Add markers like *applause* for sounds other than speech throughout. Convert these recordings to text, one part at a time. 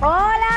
Hola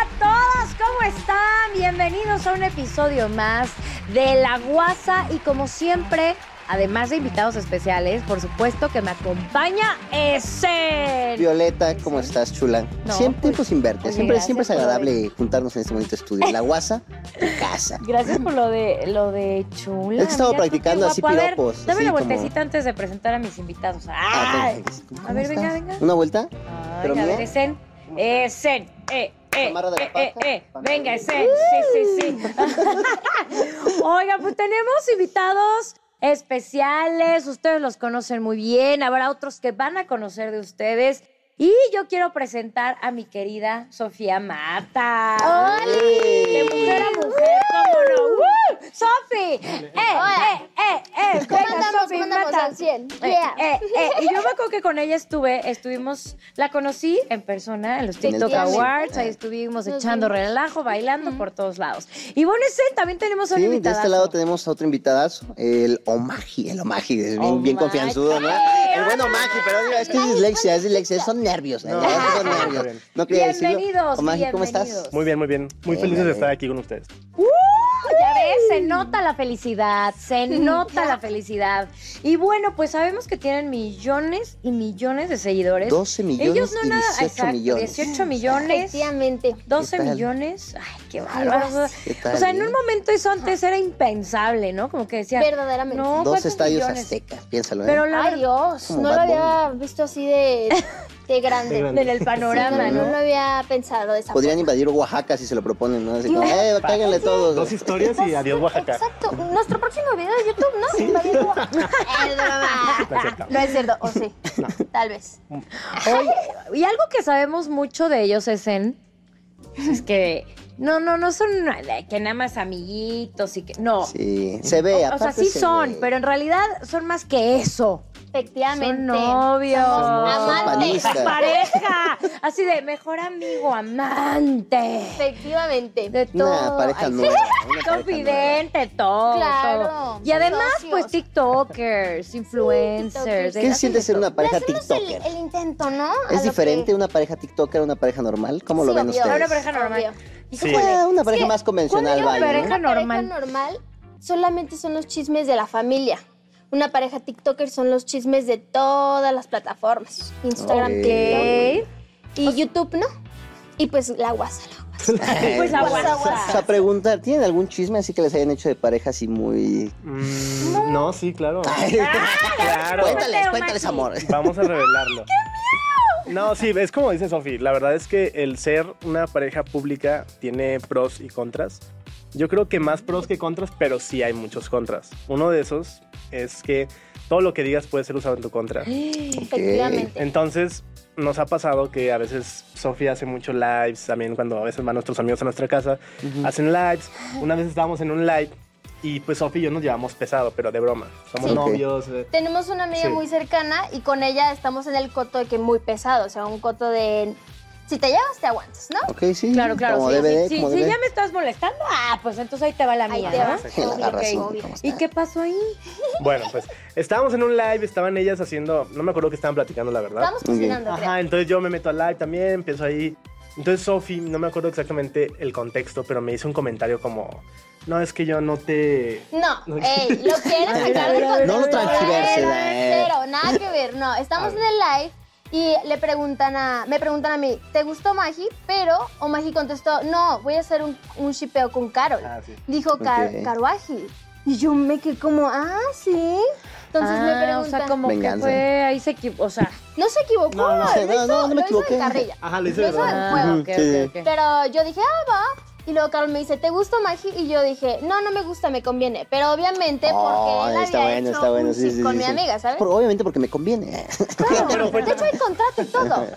a todos, ¿cómo están? Bienvenidos a un episodio más de La Guasa y como siempre, además de invitados especiales, por supuesto que me acompaña ese. Violeta, ¿cómo estás, chula? No, siempre pues, pues, inverte. oye, Siempre, gracias siempre es por agradable juntarnos en este bonito estudio. En la guasa, tu casa. Gracias por lo de lo de chula. Es que estaba Mira tú, practicando qué así guapo. A ver, piropos, Dame así una como- vueltecita antes de presentar a mis invitados. Ah, ¡Ay! entonces, ¿cómo A ver, venga, estás? venga. ¿Una vuelta? Ay, ¿Pero a mía? ver, Esen. Esen. Eh, eh, Amarra de la eh, eh, paja, eh. pantalón. Venga, Esen. Sí, sí, sí. *laughs* Oiga, pues tenemos invitados especiales. Ustedes los conocen muy bien. Habrá otros que van a conocer de ustedes. Y yo quiero presentar a mi querida Sofía Mata. De mujer a mujer, cómo no. ¡Uh! ¡Sofi! ¡Eh, Hola. eh, eh, eh! ¿Cómo Venga, andamos? Sofi ¿Cómo andamos Mata. al 100? Eh, Yeah. eh, eh, Y yo me acuerdo que con ella estuve, estuvimos, la conocí en persona en los En el TikTok TikTok. Awards, ahí estuvimos Nos echando vimos. relajo, bailando por todos lados. Y bueno, ese también tenemos a un Sí, de invitadazo. este lado tenemos a otro invitadazo, el Omagi, el Omagi, es bien, Omagi. bien confianzudo, ¿no? El buen Omagi, pero mira, es que es dislexia, es dislexia, son nervios, ¿eh? la No, verdad, no, son no, nervios. no, no. No quería decirlo. Bienvenidos, Omagi, ¿cómo bienvenidos. estás? Muy bien, muy bien. Muy Venga, felices de venga. estar aquí con ustedes. Ya ves, se nota la felicidad, *laughs* se nota la felicidad. Y bueno, pues sabemos que tienen millones y millones de seguidores. 12 millones Ellos no y nada, 18 exacto, millones. 18 millones. Efectivamente. 12 ¿Qué tal? millones. Ay, qué bárbaro. ¿Qué O tal, sea, en eh? un momento eso antes era impensable, ¿no? Como que decían, Verdaderamente. no, Dos ¿cuántos estadios millones? aztecas, piénsalo, ¿eh? Pero la Ay, verdad, Dios. Como No Bad lo había visto así de, de grande. De grande. en el panorama, No ¿no? lo había pensado de esa Podrían forma. invadir Oaxaca si se lo proponen, ¿no? Así Dios. como, eh, cáiganle todos. Dos historias y adiós Oaxaca. Exacto. Nuestro próximo video de YouTube, ¿no? *laughs* Invadir Oaxaca. *laughs* Es broma. No es cierto. No es cierto. O sí. Tal vez. Oye, y algo que sabemos mucho de ellos es en pues, es que no, no, no son eh, que nada más amiguitos y que no. Sí, se ve, o sea, aparte sí se son, ve. pero en realidad son más que eso. Efectivamente. Son novios, amantes. panistas. pareja, así de mejor amigo, amante. Efectivamente. De Una todo. pareja Ay, sí. *laughs* nueva, una pareja Confidente, todo. Claro, todo. Y además, socios. pues, TikTokers, influencers. Sí, ¿Qué hacen se siente de ser todo. una pareja Le hacemos TikToker? El, el intento, ¿no? A lo ¿Es que- diferente una pareja TikToker a una pareja normal? ¿Cómo lo Sí, ven obvio. ustedes? A una pareja normal. Obvio. Sí. Ah, una pareja que más convencional, cuando digo vaya. ¿no? pareja- Una normal. pareja normal solamente son los chismes de la familia. Una pareja TikToker son los chismes de todas las plataformas. Instagram, Ok. TikTok y YouTube, ¿no? Y pues la guasa, la guasa. Ay, Pues bueno. aguanta. O sea, preguntar, ¿tienen algún chisme así que les hayan hecho de pareja así muy...? Mm, no. sí, claro. *laughs* Claro. cuéntales, Mateo, cuéntales, Maxi. amor. Vamos a revelarlo. No, sí, es como dice Sofi. La verdad es que el ser una pareja pública tiene pros y contras. Yo creo que más pros que contras, pero sí hay muchos contras. Uno de esos es que todo lo que digas puede ser usado en tu contra. Efectivamente. Entonces, nos ha pasado que a veces Sofía hace muchos lives, también cuando a veces van nuestros amigos a nuestra casa, Ujú. hacen lives. Una vez estábamos en un live y pues Sofía y yo nos llevamos pesado, pero de broma. Somos Sí. novios. eh. Tenemos una amiga Sí. muy cercana y con ella estamos en el coto de que muy pesado, o sea, un coto de si te llevas te aguantas, ¿no? Ok, sí. Claro, claro. Como sí, DVD, sí, sí, como si DVD. ya me estás molestando, ah, pues entonces ahí te va la Ahí mía, te ¿no? vas. Sí, *laughs* la Obvio, razón, obvio. ¿cómo está? ¿Y qué pasó ahí? Bueno, pues estábamos en un live, estaban ellas haciendo, no me acuerdo que estaban platicando, la verdad. Estamos cocinando, creo. Ajá, entonces yo me meto al live también, empiezo ahí. Entonces Sofi, no me acuerdo exactamente el contexto, pero me hizo un comentario como, no, es que yo no te... No, ey, lo quieren sacar de No lo contexto. transgiverse, Cero, eh. cero, nada que ver, no. Estamos A en ver. el live y le preguntan a, me preguntan a mí, ¿te gustó Magi? Pero Omagi contestó, no, voy a hacer un, un shipeo con Carol. Ah, sí. Dijo Car Ok. Karuaji. Y yo me quedé como, ah, sí. Entonces me Ah, preguntan, o sea, como Venganza. que fue ahí se equivocó. O sea, no se equivocó, No, no sé, lo no, hizo- no, no me lo hizo de equivoqué. carrilla. Ajá, lo hice Lo de hizo de broma. ah, juego. ok, sí. ok, ok. Pero yo dije, ah, va. Y luego Carol me dice, ¿te gusta Magi? Y yo dije, no, no me gusta, me conviene. Pero obviamente Oh, porque él está había bueno, hecho está bueno, un sí, chip sí, sí, con sí. mi amiga, ¿sabes? Por- obviamente porque me conviene. *laughs* Claro. Pero fue de hecho, tan- hay contrato y todo.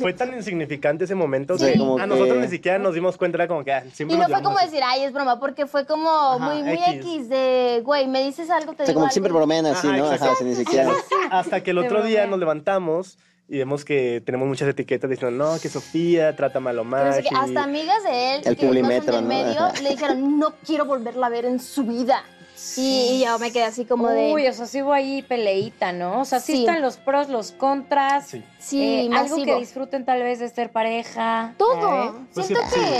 Fue tan insignificante ese momento Sí. que Sí, como a nosotros que- ni siquiera nos dimos cuenta, era como que ah, Y siempre no nos fue llevamos como así. decir, ay, es broma, porque fue como Ajá, muy, muy X. X de, güey, me dices algo, te O sea, digo como algo. que siempre bromean así, Ajá, ¿no? Ajá, exacto. si ni siquiera... "Ah, *laughs* Hasta que el De otro día bromea. nos levantamos y vemos que tenemos muchas etiquetas diciendo, no, que Sofía trata mal a Pero no sé Omar. qué, hasta amigas de él, El que no son Publimetro, del ¿no? medio, Ajá. le dijeron, no quiero volverla a ver en su vida. Y, y yo me quedé así como de. Uy, o sea, sí hubo ahí peleita, ¿no? O sea, sí, Sí. están los pros, los contras. Sí. sí, eh, algo masivo. que disfruten tal vez de ser pareja. Todo. ¿Eh? Pues Siento sí, sí. que.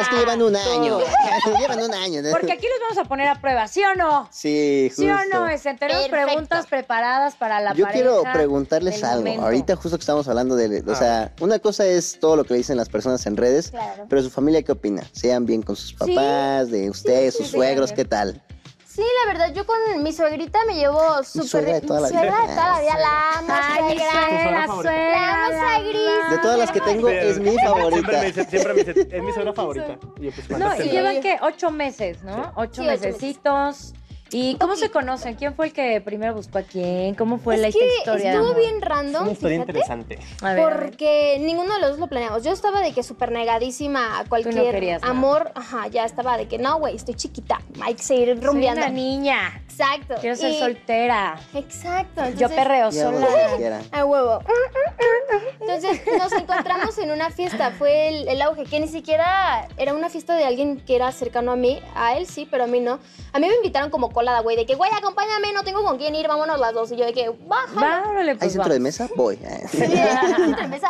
Es que llevan un año. *laughs* llevan un año. Porque aquí los vamos a poner a prueba, ¿sí o no? Sí, ¿Sí justo. o no? Es, tenemos Perfecto. preguntas preparadas para la Yo pareja. quiero preguntarles del algo. momento. Ahorita justo que estamos hablando de... O Ah. sea, una cosa es todo lo que le dicen las personas en redes, Claro. pero su familia, ¿qué opina? ¿Sean bien con sus papás, de ustedes, sí, sus sí, suegros, también. qué tal? Sí, la verdad, yo con mi suegrita me llevo súper. suegra de toda la mi suegra vida. de toda la vida, la amo, Ay, mi suegra. suegra, suegra. suegra favorita. La amo, la suegrita. amo. De todas las que tengo, es mi Siempre favorita. me dice, siempre me dice, es mi *laughs* suegra favorita. Y yo, pues, No, ¿cuántas y Sí. tendrá? llevan, ¿qué? Ocho meses, ¿no? Ocho Sí, ocho mesecitos. ¿Y cómo se conocen? ¿Quién fue el que primero buscó a quién? ¿Cómo fue la Es que historia? de estuvo amor? bien Es random, una historia fíjate. interesante. A ver, a ver. Porque ninguno de los dos lo planeamos. Yo estaba de que súper negadísima a cualquier querías nada. amor. Ajá, ya estaba de que no, güey, estoy chiquita. Hay que seguir Soy rumbeando. una niña. Exacto. Quiero ser Y- soltera. Exacto. Yo entonces- perreo *laughs* Ya, bueno, lo que sola. quiera. A huevo. Entonces nos encontramos en una fiesta, fue el, el auge, que ni siquiera era una fiesta de alguien que era cercano a mí, a él sí, pero a mí no. A mí me invitaron como colada, güey, de que, güey, acompáñame, no tengo con quién ir, vámonos las dos. Y yo de que, baja. Va, órale, ¿Hay pues centro de vamos. mesa? Voy. eh.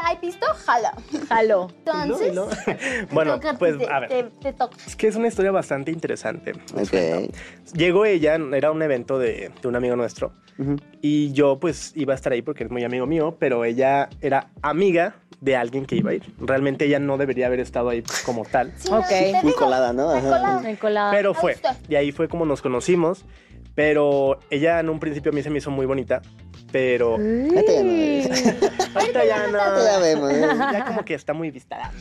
hay pisto, jala. *laughs* Jalo. Entonces, Y no, *laughs* y no. Bueno, toca- pues *laughs* te- a ver. Te, te toca. Es que es una historia bastante interesante. Ok. Llegó ella, era un evento de, de un amigo nuestro. Ujú. Y yo pues iba a estar ahí porque es muy amigo mío, pero ella era amiga de alguien que iba a ir. Realmente ella no debería haber estado ahí como tal. Sí, Ok. te Muy digo, colada, ¿no? muy Ajá. colada. Ah, Me colaba. Pero me fue. gustó. Y ahí fue como nos conocimos. Pero ella en un principio a mí se me hizo muy bonita. Pero Ahorita ya no es. ahorita ya Mm. Ahorita ya no. vemos. ¿eh? Ya como que está muy *laughs* vistada.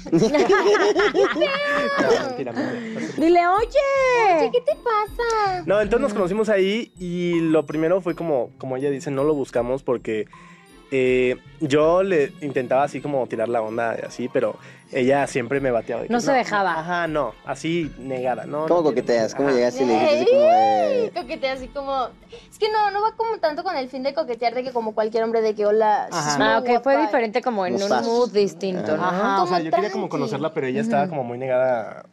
No, mentira, mentira. Dile, oye. ¿Qué te pasa? No, entonces nos conocimos ahí y lo primero fue como, como ella dice, no lo buscamos porque eh, yo le intentaba así como tirar la onda y así, pero ella siempre me bateaba. de que, No se dejaba. Ajá, no, así negada, ¿Cómo ¿no? no quiero, coqueteas? ¿Cómo ajá. llegaste y le dijiste así como de... Coquetea así como. Es que no, no va como tanto con el fin de coquetear de que como cualquier hombre de que hola. Ajá. sos muy Ah, ok, fue guapa". diferente como en Nos un pasas. mood distinto, ¿no? Ajá, o Como sea, yo quería como tranqui. conocerla, pero ella estaba como muy negada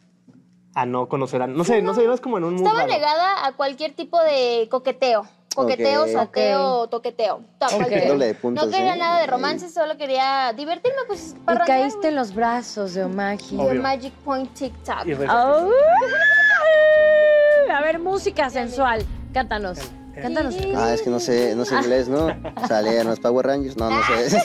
a no conocer a... No sé, no, sé, ibas como en un mood Estaba raro. negada a cualquier tipo de coqueteo. Coqueteo, Ok. sateo, toqueteo. to- Ok. cualquier- Doble de puntos, no quería ¿eh? nada de Ahí. romance, solo quería divertirme, pues Y parrandear, caíste en los brazos de Omagi. güey. Obvio. Magic Point TikTok. Y re- Oh. Ay, A ver, música sensual. Cántanos. Cántanos. Ah, es que no sé, no sé inglés, *laughs* ¿no? O sea, leer los Power Rangers, no, no sé.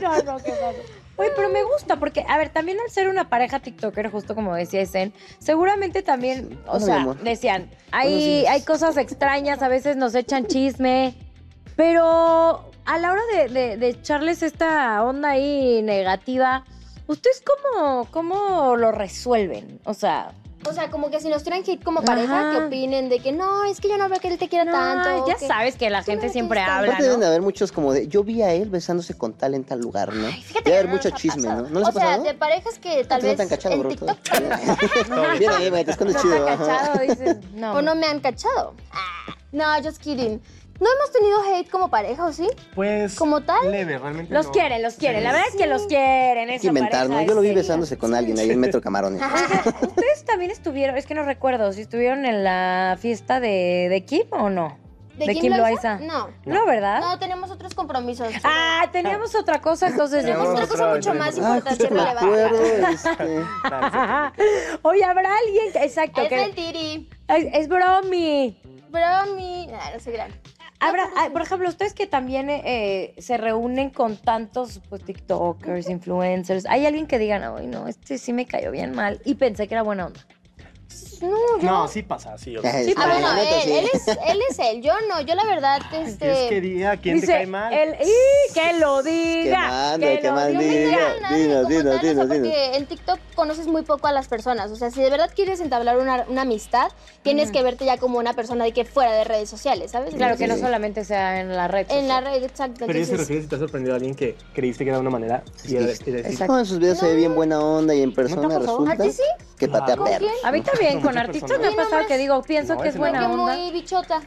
No, no, qué raro. Oye, pero me gusta porque, a ver, también al ser una pareja TikToker, justo como decía Esen, seguramente también, o Hola, mi sea, amor. decían, Buenos hay, días. hay cosas extrañas, a veces nos echan chisme, pero a la hora de, de- de echarles esta onda ahí negativa, ¿ustedes cómo, cómo lo resuelven? O sea, O sea, como que si nos tiran hate como pareja, Ajá. que opinen de que no, es que yo no veo que él te quiera no, tanto. ya que- sabes que la tú gente no siempre quieres habla, *laughs* Aparte deben de ¿no? haber muchos como de... Yo vi a él besándose con tal en tal lugar, ¿no? Fíjate Debe que haber no nos mucho ha chisme, pasado. ¿no? ¿No les o ha sea, pasado? de parejas que Antes tal no vez tan cachado, en bro. TikTok *laughs* *laughs* todo. Bien ahí, güey, te escondes No chido. está ajá. cachado, dices, Pues no. o no me han cachado. Ah, No, just kidding. ¿No hemos tenido hate como pareja o sí? Pues... Como tal. Leve, realmente Los no. quieren, los quieren. La Sí. verdad es que los quieren. Hay Esa que inventar, pareja ¿no? Yo lo vi es seria. besándose con alguien ahí en Metro *laughs* Camarones. Ustedes también estuvieron, es que no recuerdo, si estuvieron en la fiesta de, de Kim o no. Loaiza? No. No, ¿verdad? No, tenemos otros compromisos. pero- Ah, teníamos otra cosa, entonces Tenemos tenemos yo- otra cosa otra, mucho más tenemos- Ah, importante justo me relevante. acuerdo. *laughs* este, Claro, *laughs* sí. Oye, habrá alguien, que- exacto, Es que el tiri. es, es bromi. Bromi. Ah, no sé, gran. Habrá, ah, por ejemplo, ustedes que también eh, eh, se reúnen con tantos pues, TikTokers, influencers, hay alguien que digan, ay, no, este sí me cayó bien mal y pensé que era buena onda. No, yo. No, sí pasa, sí. o sea, este, Sí, Ah, pero la bueno, neta, él, sí. él es, él es él. Yo no, yo la verdad, Es que este. diga quién te cae mal. El, y que lo diga. mande, que lo mande. diga. no me Dinos, cae nadie dinos, como dinos, tal, o sea, dinos, dinos. Porque en TikTok conoces muy poco a las personas. O sea, si de verdad quieres entablar una, una amistad, tienes que verte ya como una persona de que fuera de redes sociales, ¿sabes? Claro que no Entonces, solamente sea en la red. En la social. red, exacto. Pero ella se entonces- refiere si te ha sorprendido a alguien que creíste que era de una manera y era, y era así. Exacto. No, en sus videos se ve bien buena onda y en persona pasado? resulta ¿A ti sí? que Claro. patea ¿Con perros. A mí también, Son con muchas artistas me personas. ha pasado que digo, pienso No, que es ese buena Que onda. muy *laughs* bichota.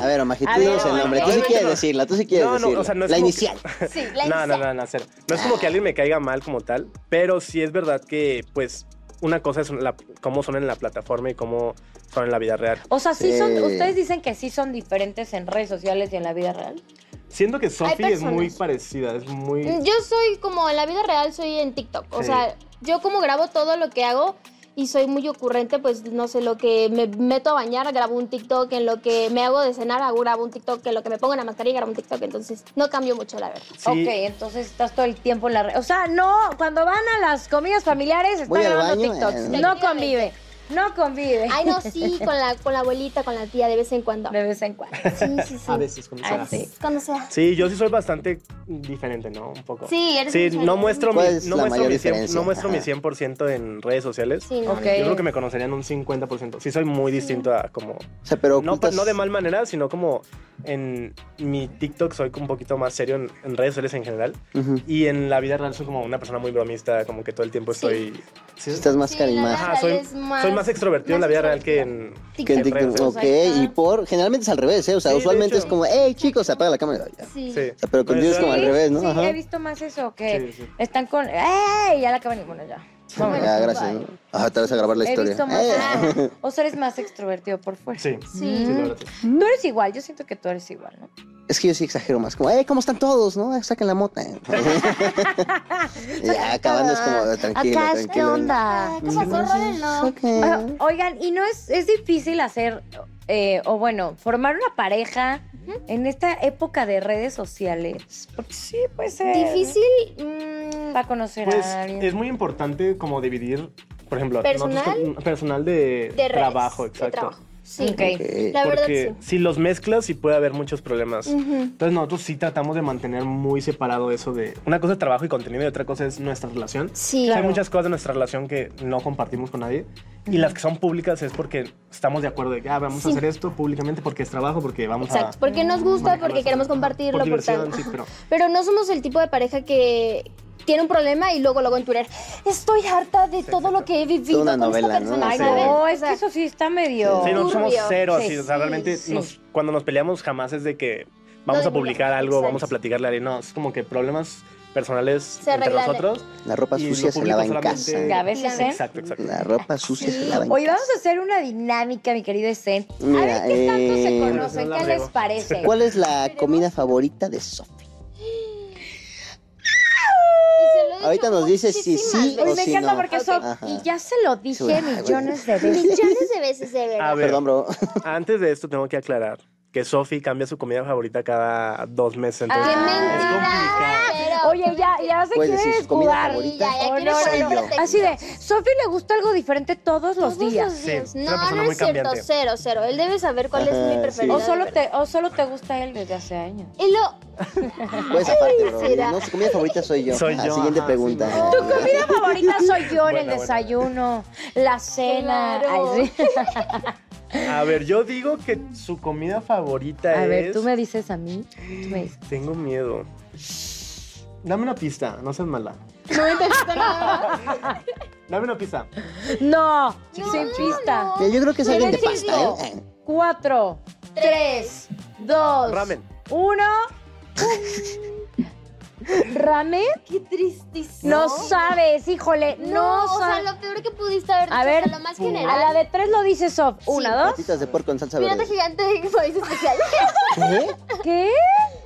A ver, Omajito, A tú ver, dinos el Omar, nombre. Tú sí obviamente quieres no. decirla, tú sí quieres No, no, o decirla. sea, no es la como que- inicial. Sí, la No, no, inicié. no, no, cero. No es como que alguien me caiga mal como tal, pero sí es verdad que, pues, una cosa es la- cómo son en la plataforma y cómo son en la vida real. O sea, sí, son, Sí. ustedes dicen que sí son diferentes en redes sociales y en la vida real. Siento que Sophie es personas. Mm, muy parecida, es muy... Yo soy como en la vida real, soy en TikTok. O Sí. sea, yo como grabo todo lo que hago y soy muy ocurrente, pues no sé, lo que me meto a bañar, grabo un TikTok, en lo que me hago de cenar, hago- grabo un TikTok, en lo que me pongo la mascarilla, grabo un TikTok. Entonces, no cambio mucho, la verdad. Sí, Ok, entonces estás todo el tiempo en la red. O sea, no, cuando van a las comidas familiares están Voy al grabando baño, TikToks. eh. No convive, no convive. Ay, no, *laughs* sí, con la, con la abuelita, con la tía, de vez en cuando. De vez en cuando. Sí, sí, sí. A veces como Ah, sea. sí. Cuando sea. Sí, yo sí soy bastante diferente, ¿no? Un poco. Sí, eres Sí, muy no diferente. muestro, mi, ¿Cuál es no la muestro, mayor mi, cien- diferencia? no muestro mi Ajá. 100% en redes sociales. Sí, no. Ok. Yo creo que me conocerían un 50%. Sí, soy muy distinto a como... O sea, pero No, pa- ocultas- no de mal manera, sino como en mi TikTok soy un poquito más serio en, en redes sociales en general. Ujú. Y en la vida real soy como una persona muy bromista, como que todo el tiempo Sí. estoy... Sí. Estás más Sí, carismática. la Ajá, soy, Es más- soy más extrovertido en la más vida real que en... extrovertida. Que en en redes TikTok, ok, sociales. y por, generalmente es al revés, ¿eh? O sea, Sí, de usualmente es hecho. como, hey chicos, apaga la cámara. Ya. Sí. Sí. O sea, Ah, pero contigo es como al Sí, revés, ¿no? Sí, Ajá. he visto más eso, que Sí, sí. están con... ¡Ey! Ya la acaban y bueno, ya. Vámonos. Ya, gracias. Bye. ¿no? Ajá, te vas a grabar la He historia. visto más... Eh. Ah, o sea, eres más extrovertido por fuera. Sí. Sí. Sí, la verdad, sí. Tú eres igual, yo siento que tú eres igual, ¿no? *laughs* Es que yo sí exagero más, como, eh, ¿cómo están todos? ¿No? Saquen la mota. ya, acabando es como, tranquilo, Acá, ¿qué tranquilo. onda? ¿Qué pasó? Rólenlo. Ah, Ok. Oigan, y no es, es difícil hacer, eh, o bueno, formar una pareja en esta época de redes sociales. Porque sí, puede ser. Difícil. mm, Para conocer Pues a alguien. es muy importante como dividir, por ejemplo, Personal. nosotros con- personal de, de redes, trabajo, de exacto. trabajo. Sí. Ok. Ok. La verdad, Porque sí. si los mezclas, sí puede haber muchos problemas. Ujú. Entonces nosotros sí tratamos de mantener muy separado eso de... Una cosa es trabajo y contenido y otra cosa es nuestra relación. Sí. Claro. Hay muchas cosas de nuestra relación que no compartimos con nadie y las que son públicas es porque estamos de acuerdo de que ah, vamos Sí. a hacer esto públicamente porque es trabajo, porque vamos Exacto. a... Porque nos gusta, manejar porque nuestra- queremos compartirlo. Por diversión, tal. sí, Ajá. *laughs* pero... Pero no somos el tipo de pareja que tiene un problema y luego luego en Twitter. Estoy harta de todo lo que he vivido Toda con una novela, esta ¿no? persona. Ay, Sí. ¿sabes? no, es O sea, que eso sí está medio. Sí, no Turbio. somos cero, Sí, así, o sea, sí, realmente sí. nos- cuando nos peleamos jamás es de que vamos No, a publicar no, algo, exacto. vamos a platicarle a alguien, no, es como que problemas personales entre arreglan. nosotros. La ropa y lo sucia se público lava en solamente- casa. Que a veces, ¿eh? Exacto, exacto. La ropa sucia se lava en Hoy casa. vamos a hacer una dinámica, mi querido Esen. a Mira, ver qué tanto se eh, conocen, no la qué les riego. parece. ¿Cuál es la comida favorita de Sofi? y se lo he dicho Ahorita nos dices si muchísimas sí Uy, o veces. me si encanta no. porque Ok. son. Ajá. Y ya se lo dije Sí, ay, güey. millones de veces. Millones de veces, de verdad. *laughs* A ver, Perdón, bro. antes de esto tengo que aclarar que Sofi cambia su comida favorita cada dos meses. Entonces, ¡Qué Ah, es complicado. Pero- Oye, ya, ya se Puedes quiere decir su comida escudar. favorita. Ya, ya Oh, quiere no, poner no, no. pretextos. Así de, Sofi le gusta algo diferente todos los Todos días. los días. Sí, es una no, persona no muy es cierto, cambiante. cero, cero. Él debe saber cuál es Ajá, mi Ah, sí. preferido. O de solo, verdad. te, o solo te gusta él desde hace años. *laughs* Y lo, Pues aparte, bro. será. No, su comida favorita soy yo. Soy Ah, yo, Siguiente ajá, pregunta. sí, no. Tu comida favorita soy yo en Buena, el buena. desayuno, la cena. Claro. Ay, sí. A ver, yo digo que su comida favorita A es... ver, tú me dices a mí. Tú me dices. Tengo miedo. Dame una pista, no seas mala. no intentaste nada. Dame una pista. No, No, sin no, pista. no. Mira, yo creo que es alguien de Pero pasta, chico. ¿eh? Cuatro, tres, dos, Ramen. uno. ¿Ramen? Qué tristísimo. No sabes, híjole, no, No, o sea, sabes. lo peor que pudiste haber dicho, A ver, o sea, lo más general. a la de tres lo dice Sof. Una, *laughs* dos. Patitas de porco en salsa Pirata verde. gigante y país especial. *laughs* ¿Qué? ¿Qué?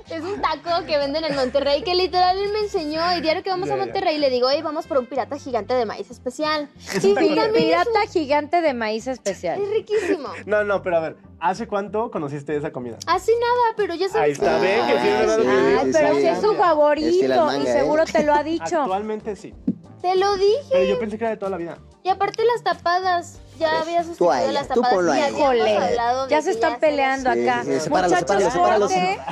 es un taco que venden en Monterrey que literal él me enseñó. Y diario que vamos Ya, a ya. Monterrey le digo, oye, vamos por un pirata gigante de maíz especial. Sí, taco de pirata, maíz. pirata gigante de maíz especial. Es riquísimo. No, no, pero a ver, ¿hace cuánto conociste esa comida? Así nada, pero ya Ahí sabes está, que- ve que sí, Ay, es verdad. Ay, sí, Ah, pero sí, si es su Es cambia. que las favorito y mangas, ¿eh? seguro te lo ha dicho. *laughs* Actualmente sí. Te lo dije. Pero yo pensé que era de toda la vida. Y aparte las tapadas. Ya había tú a sustituido ella, las tú tapadas. ponlo a y ella. habíamos Híjole, hablado de ya se que están peleando Sí, acá. sí, sí, sepáralos, Muchachos, sepáralos,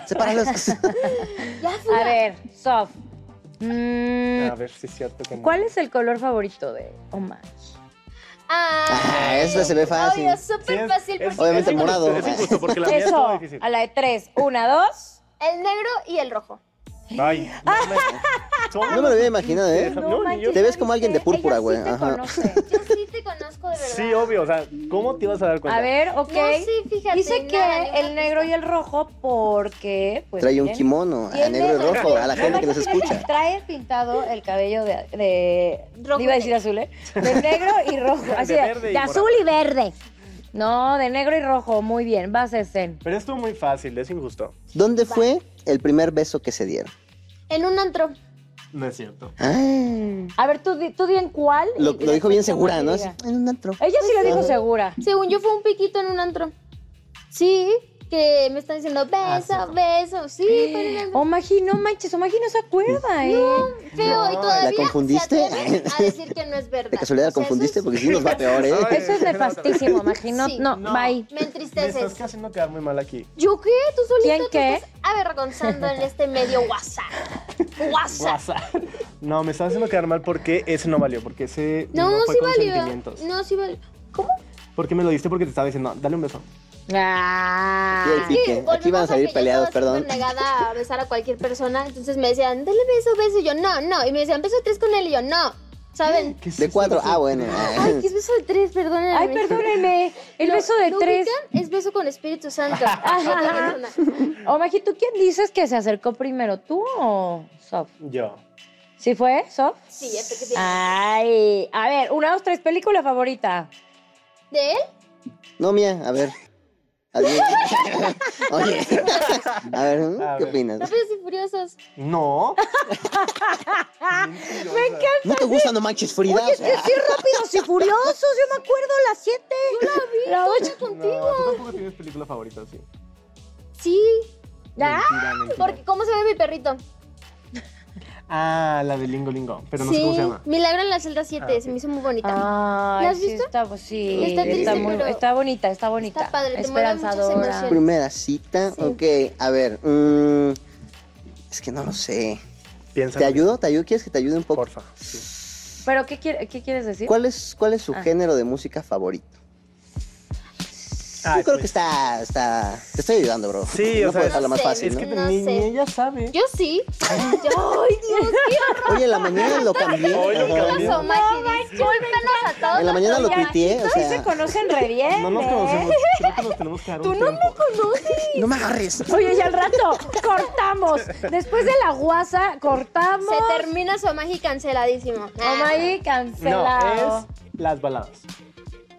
sepáralos. corte. Sepáralos. *laughs* Ya fue. A ver, Sof. mm, A ver si es cierto que no. ¿Cuál es el color favorito de Omar? Ah, esa se ve fácil. Obvio, Sí, súper es- fácil. es- Porque Obviamente es injusto, morado. Es injusto porque la mía es todo Eso, difícil. a la de tres. Una, dos. El negro y el rojo. Ay, no me- No me lo había imaginado, ¿eh? No, ni yo. manches, Te ves ya como alguien de viste, púrpura, ella sí güey, *laughs* te ajá. conoce. Yo sí te conozco de verdad. Sí, obvio, o sea, ¿cómo te ibas a dar cuenta? A ver, ok. No, sí, fíjate. Dice que nada, ni una el negro y el rojo porque... Pues, Trae un miren, kimono, a tiene- negro y rojo, a la gente que *laughs* nos escucha. Trae pintado el cabello de... de- Rojo iba a y decir azul, ¿eh? De negro y rojo. Así de, verde y de azul y verde. No, de negro y rojo. Muy bien, vas a escen. Pero esto es muy fácil, es injusto. ¿Dónde fue el primer beso que se dieron? En un antro. No es cierto. Ah, A ver, tú, di- tú di en cuál. y lo, te lo dijo bien respecto segura, que ¿no? Pues, diga. Así, En un antro. Ella sí lo dijo segura. Según yo fue un piquito en un antro. Sí, que me están diciendo Ah, beso, beso. Sí, fue en un Oh, antro. Omagi, no manches, Omagi no se acuerda, ¿eh? Feo, y No, todavía ¿la confundiste? se atreven a decir que no es *laughs* verdad. De casualidad O sea, eso confundiste es- porque sí nos va peor, ¿eh? Ay. Eso es nefastísimo, Omagi. No, Sí. no, No. bye. Me Me estás entristeces. haciendo quedar muy mal aquí. *laughs* ¿Yo qué? ¿Tú solito ¿Quién te qué? estás avergonzando en este medio WhatsApp? *laughs* WhatsApp. No, me estás haciendo quedar mal porque ese no valió, porque ese No, no fue sí con valió. sentimientos. No, sí valió. ¿Cómo? ¿Por qué me lo diste? Porque te estaba diciendo, dale un beso. *laughs* Ah. Y- y- que aquí van a salir peleados, perdón. Yo negada a besar a cualquier persona, entonces me decían, dale beso, beso, y yo, no, no. Y me decían, beso tres con él, y yo, no. *laughs* ¿Saben? ¿Qué es De eso? cuatro. *laughs* Ah, bueno. Ay, ¿qué es beso de tres? Perdónenme. Ay, perdónenme. El Lo- beso de ¿lo tres. ubican? Es beso con Espíritu Santo. Otra persona. Omagi, ¿tú quién dices que se acercó primero? ¿Tú o Sof? Yo. ¿Sí fue? ¿Sof? Sí, es porque sí. Ah. Ay. A ver, una, dos, tres, película favorita. ¿De él? *laughs* No, mía, a ver. Adiós. *laughs* Oye. *laughs* A ver, ¿eh? A ¿qué ver. Pues opinas? Rápidos y Furiosos. No. Me encanta. ¿No te gusta No Manches Frida? O sea, sí, rápidos y furiosos. Yo me acuerdo las siete. Yo la vi. La ocho. No, tú tampoco tienes película favorita, sí. Sí. Ah, Mentira, mentira. Porque, ¿cómo se ve mi perrito? Ah, la de Lingo Lingo. Pero no sí. sé cómo se llama. Milagro en la celda 7. Ah, ok. Se me hizo muy bonita. Ay, ¿La has sí, visto? está, pues, sí, Está está, triste, muy- pero- está bonita, está bonita. Está padre, te mueve muchas esperanzadora. emociones. Primera cita. Sí. Ok, a ver. mm, es que no lo sé. Piensa. ¿Te ayudo? ¿Te ayudo? ¿Quieres que te ayude un poco? Porfa. sí. ¿Pero qué, quiere- qué quieres decir? ¿Cuál es, cuál es su Ah. género de música favorito? Ay, Yo creo pues, que está, está. Te estoy ayudando, bro. Sí, no o sea, puedes hablar más no sé, fácil, Es ¿no? que No ni, sé. ni ella sabe. Yo sí. *laughs* Yo- Ay, Dios, Oye, en la mañana lo cambié. *laughs* Hoy lo ajá. qué cambié. pasó, Maggi. Discúlpenos a todos. En la mañana lo Oye, tuiteé, o Sí se sea. *laughs* conocen re bien, No nos ¿eh? conocemos. Creo que nos tenemos que dar Tú un no me tiempo. conoces. No me agarres. Oye, y al rato cortamos. Los- Después de la guasa, cortamos. Se termina su magia canceladísimo. Oh, Omagi No, cancelado. es las baladas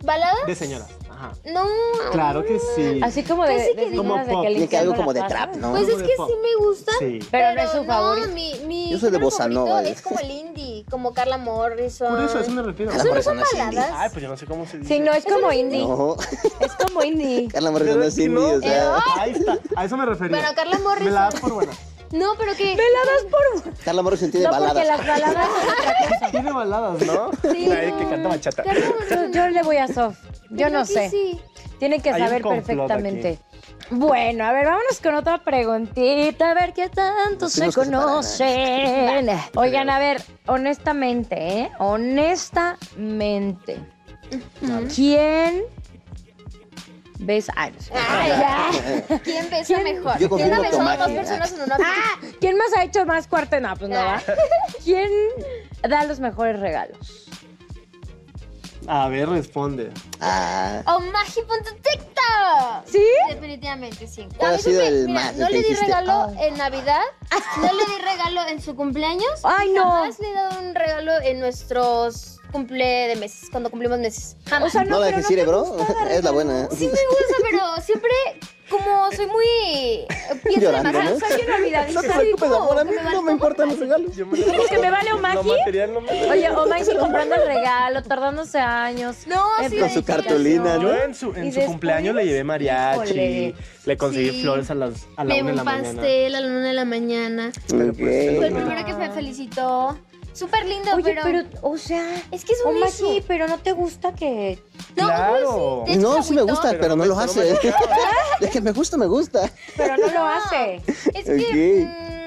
¿Balada? de señoras. Ajá. No. Claro que sí. Así como de, Casi de que señoras Como pop. de que Tiene que algo limpiando como la de taza. trap, ¿no? Pues es que sí me gustan. Sí. Pero no es su favorito. Mi, mi Yo soy de género bossa favorito nova, Es ¿eh? como el indie, como Carla Morrison. Por eso, eso me refiero. Carla Eso no Morrison son es indie. baladas. Ay, pues yo no sé cómo se dice. Sí, no, es como indie. No, *laughs* Es como indie. Carla Pero Morrison no es es que indie, no. o sea. Ahí está. A eso me refería. Bueno, Carla Me la Morrison. das por buena. No, pero que. Me la das por... Carla Morrison tiene No, porque las baladas. baladas... *laughs* Tiene baladas, ¿no? Sí, Nadie no. que canta bachata. Carla Yo, Morrison. yo le voy a Sof. *laughs* Yo creo no que sé. sí. Tienen que Hay un saber complot perfectamente. Bueno, a ver, vámonos con otra preguntita, a ver qué tanto se Decimos que se ¿eh? conocen. Oigan, a ver, honestamente, ¿eh? Honestamente. Mm. ¿Quién besa? Ay, no sé. Ay, ya. Ah, *laughs* ¿Quién besa mejor? Yo ¿Quién confío ha en besado a dos Tomaki. personas en una Ah, ¿Quién más ha hecho más cuarto? No, pues no va. *laughs* ¿Quién da los mejores regalos? A ver, responde. Ah, ¡Oh, Magi, ponte TikTok! ¿Sí? Definitivamente sí. ¿Cuál A ha mí sido siempre- el mira, más, el No que le di dijiste, Ah. regalo "Ay"? en Navidad, no le di regalo en su cumpleaños. Ay, y no. Jamás le he dado un regalo en nuestros cumple de meses, cuando cumplimos meses. Jamás. O sea, no, ¿No la pero dejes no ir, te bro? gusta dar Es la buena. regalos. Sí me gusta, pero siempre como soy muy... eh, Pienso Llorando, demasiado, *laughs* ¿no? soy bien olvidadiza. amor, a mí Me vale no me importan los todo. regalos. Yo me ¿Dices que me vale o Lo Magi? material no me Oye, o *laughs* Mike comprando el regalo, tardándose años. No, en sí, Con planificación. su cartulina, ¿no? Yo en Y su, en su después, cumpleaños le llevé mariachi, híjole. le conseguí Sí. flores a las a la Me una de un la mañana. pastel a la una de la mañana. pues, Fue el ok. primero que me felicitó. Súper lindo, Oye, pero... pero, o sea, Es que es o un Mike, eso. pero no te gusta que. No, Claro. sí, de hecho, No, se sí me agüitó. gusta, pero no lo pues, hace. *laughs* De que me gusta, me gusta. Pero no lo hace. Es Ok. que mm,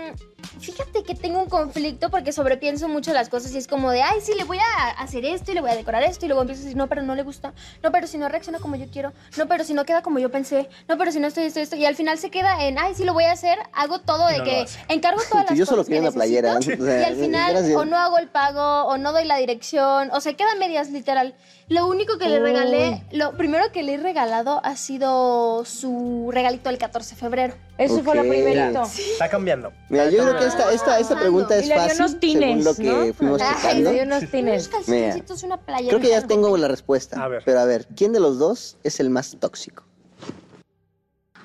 Fíjate que tengo un conflicto porque sobrepienso mucho las cosas y es como de, ay, sí, le voy a hacer esto y le voy a decorar esto y luego empiezo a decir, no, pero no le gusta, no, pero si no reacciona como yo quiero, no, pero si no queda como yo pensé, no, pero si no estoy esto, esto, y al final se queda en, ay, sí, lo voy a hacer, hago todo Y de no lo que hace. encargo *laughs* todas las yo solo cosas que quiero una playera. necesito, o sea, *laughs* y al final gracias. o no hago el pago o no doy la dirección, o se queda a medias literal. Lo único que le Uy. regalé, lo primero que le he regalado ha sido su regalito del 14 de febrero. Eso fue lo Ok. primerito. Está cambiando. Mira, yo creo que está esta, esta, esta avanzando. pregunta Y es le dio fácil, unos tines, según lo que ¿no? fuimos Ay, Ay, checando. de unos Unos tines. calzoncitos, una playera. Creo que ya algo. tengo la respuesta. A ver. Pero a ver, ¿quién de los dos es el más tóxico?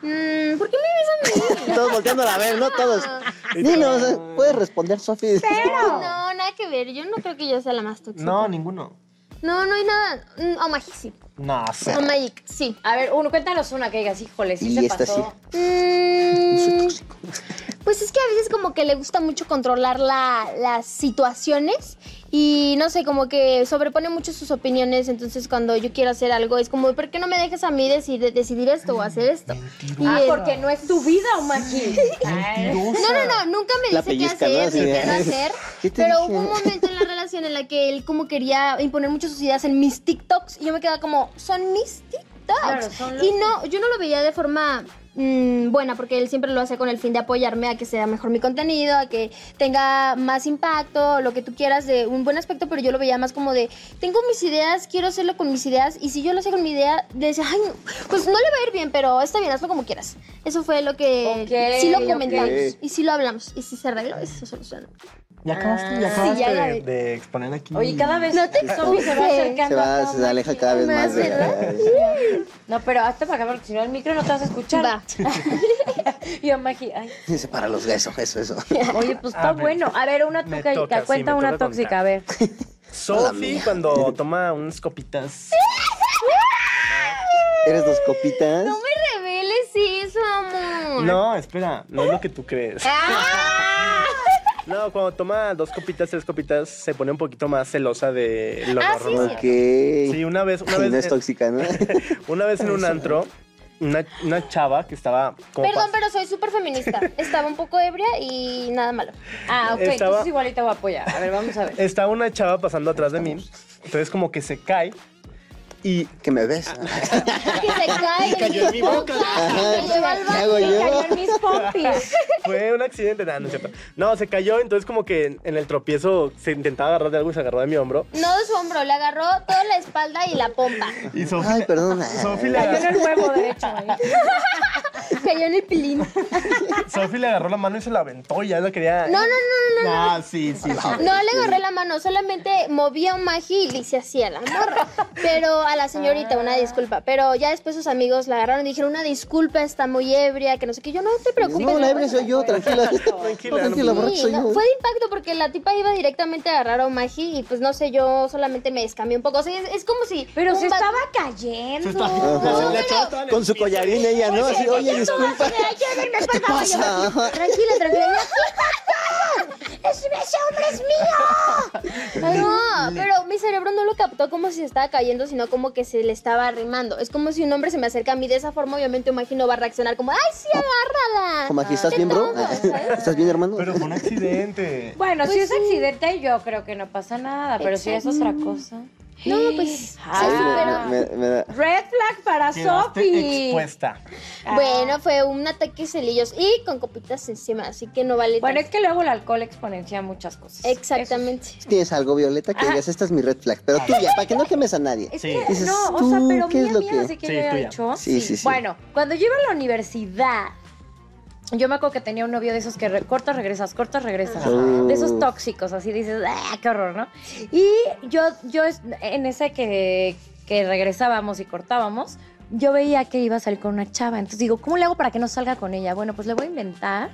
Mm, ¿Por qué me ves a mí? Todos volteándola a ver, ¿no? *laughs* Todos. Dinos, eh, puedes responder, Sofi. *laughs* Pero. No, nada que ver. Yo no creo que yo sea la más tóxica. No, ninguno. No, no hay nada. Mm, O Magic, sí. No, o sea, O Magic, *laughs* sí. A ver, uno, cuéntanos una que digas, híjole, sí Y te esta pasó. sí. Mm, pues es que a veces como que le gusta mucho controlar la- las situaciones y no sé, como que sobrepone mucho sus opiniones, entonces cuando yo quiero hacer algo es como, ¿por qué no me dejas a mí decir- decidir esto o hacer esto? Y Ah, el- porque no es tu vida, *laughs* Omaki. No, no, no, nunca me La dice qué pellizca, ¿no? hacer, Así ni de, qué no hacer. ¿qué te Pero dije? hubo un momento en la relación en la que él como quería imponer mucho sus ideas en mis TikToks y yo me quedaba como, son mis TikToks. Claro, son los y no, yo no lo veía de forma mm, buena porque él siempre lo hace con el fin de apoyarme a que sea mejor mi contenido, a que tenga más impacto, lo que tú quieras de un buen aspecto, pero yo lo veía más como de, tengo mis ideas, quiero hacerlo con mis ideas y si yo lo hacía con mi idea, decía, ay, no, pues no le va a ir bien, pero está bien, hazlo como quieras. Eso fue lo que Ok, sí lo ok. comentamos. Y si lo hablamos, y si se arregló, eso se soluciona. ya acabaste, ya Ah, acabaste sí, ya la de, vi. de exponer aquí. Oye, cada vez No te Sofi se va expliques. Se acercando. a va, todo se aleja cada vez Más, más. de- ¿verdad? No, pero hazte para acá porque si no el micro no te vas a escuchar. Va. y Omaki, *laughs* ay. Dice, para los besos, eso, eso. *laughs* Oye, pues A está ver, bueno. A ver, una me tuca y toca, sí, cuenta me una toca tóxica, contar. a ver. Sofi, cuando toma unas copitas. ¿Eres dos copitas? No me reveles eso, amor. Ah, No, espera, no es lo que tú crees. No, cuando toma dos copitas, tres copitas, se pone un poquito más celosa de lo Ah, sí, normal. Ok. Sí, una vez, una Y *laughs* vez, no es eh, tóxica, ¿no? una vez en un antro, una, una chava que estaba como Perdón, pas- pero soy súper feminista. Estaba un poco ebria y nada *laughs* malo. Ah, ok, Estaba- entonces igual te voy a apoyar. A ver, vamos a ver. estaba una chava pasando atrás de mí, entonces como que se cae y que me ves. Ah, Que se cae. Cayó en mi *laughs* boca. Se lleva al ¿Qué baño. hago Cayó yo? en *laughs* mis pompis. fue un accidente, nada, no es cierto. No, se cayó, entonces como que en, en el tropiezo se intentaba agarrar de algo y se agarró de mi hombro. No de su hombro, le agarró toda la espalda y la pompa. Y Sofi, Ay, perdona. Sofi le, Cayó en agarró- el huevo, de hecho. ahí. Cayó en el pilín. Sofi le agarró la mano y se la aventó y ya la quería... No, no, no, no, no. Ah, sí, sí, sí. No le agarré la mano, solamente movía un magi y le hice así a la morra. Pero a la señorita, una disculpa. Pero ya después sus amigos la agarraron y dijeron, una disculpa, está muy ebria, que no sé qué. Yo, no te preocupes. No, la ebria soy yo, *laughs* tranquila. Tranquila, Tranquila, no- borracho Sí, soy no, yo. fue de impacto porque la tipa iba directamente a agarrar a Omagi y pues no sé, yo solamente me descambié un poco. O sea, es, es como si... Pero un se vato- estaba cayendo. Ajá. La chava estaba en el Con su piso. collarín ella, ¿no? Así, oye, disculpa. ¿Qué te pasa? Ajá. Tranquila, tranquila. *laughs* ¡Es, ¡Ese hombre *laughs* es mío! No, pero mi cerebro no lo captó como si se estaba cayendo, sino como que se le estaba arrimando. Es como si un hombre se me acerca a mí de esa forma, obviamente Omagi no va a reaccionar como, ¡ay, sí, agárrala! Como aquí, ¿Qué ¿estás bien, bro? tomas? ¿Estás bien, hermano? Pero fue un accidente. Bueno, si es accidente, yo creo que no pasa nada, pero si es otra cosa. No, pues... Ay, Sí, me- pero- me- me- me da- Red flag para Quedaste Sofi. expuesta. Ah. Bueno, fue un ataque de celillos y con copitas encima, así que no vale Bueno, tanto. es que luego el alcohol exponencia muchas cosas. Exactamente. Tienes algo, Violeta, que Ajá. digas, esta es mi red flag. Pero tuya, para que no quemes a nadie. Es Sí. que Dices, no, o ¿tú sea, pero qué es mía, lo mía, que- no sé qué Sí, yo había tuya. dicho. Sí, sí, sí. Bueno, cuando yo iba a la universidad, yo me acuerdo que tenía un novio de esos que re- cortas, regresas, cortas, regresas. Ajá. De esos tóxicos, así dices, ¡ah, qué horror, ¿no? Y yo, yo es- en ese que, que regresábamos y cortábamos, yo veía que iba a salir con una chava. Entonces digo, ¿cómo le hago para que no salga con ella? Bueno, pues le voy a inventar.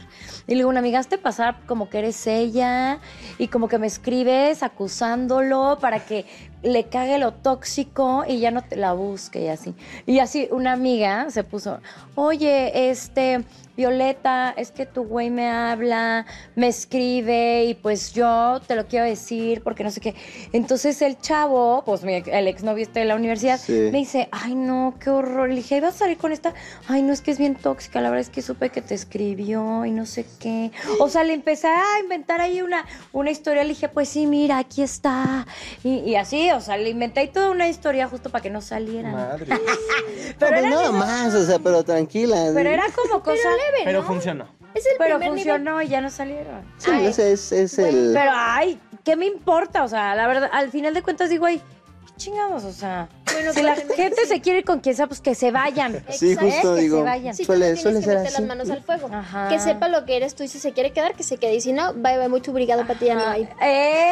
Y le digo, una amiga, hazte pasar como que eres ella y como que me escribes acusándolo para que le cague lo tóxico y ya no te la busque y así. Y así una amiga se puso, oye, este, Violeta, es que tu güey me habla, me escribe y pues yo te lo quiero decir porque no sé qué. Entonces el chavo, pues mi, el exnovio este de la universidad, Sí. me dice, ay no, qué horror. Le dije, ¿vas a salir con esta? Ay no, es que es bien tóxica, la verdad es que supe que te escribió y no sé qué. O sea, le empecé a inventar ahí una, una historia. Le dije, pues sí, mira, aquí está. Y, y así, o sea, le inventé ahí toda una historia justo para que no saliera. Madre. Pero, pues era, nada más, o sea, pero tranquila. pero ¿sí? era como cosa... Pero funcionó. Es el Pero primer nivel. funcionó y ya no salieron. Sí, Ay, ese es, es el... Pero, ay, ¿qué me importa? O sea, la verdad, al final de cuentas digo, ay, ¿qué chingados? O sea, Bueno, si pero la también- gente se quiere ir con quien sea, pues que se vayan. Sí, Exacto. justo Es que se digo, vayan. Sí, tú suele, no tienes suele que ser meter así. las manos al fuego. Ajá. Que sepa lo que eres tú y si se quiere quedar, que se quede. Y si no, bye bye, muy tu brigada para ti ya no hay. ¡Eh!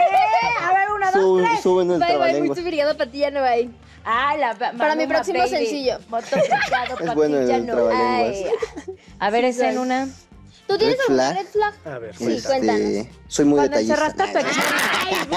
A ver, una, dos, Suben, tres. suben el Bye bye, muy trabalengua. tu brigada para ti ya no hay. Ah, la Para mi próximo sencillo. Es bueno el trabalenguas. A ver, es en Red una. ¿Tú tienes Red algún flag. red flag? A ver, Sí, cuenta. cuéntanos. Este, soy muy Cuando detallista. encerraste a tu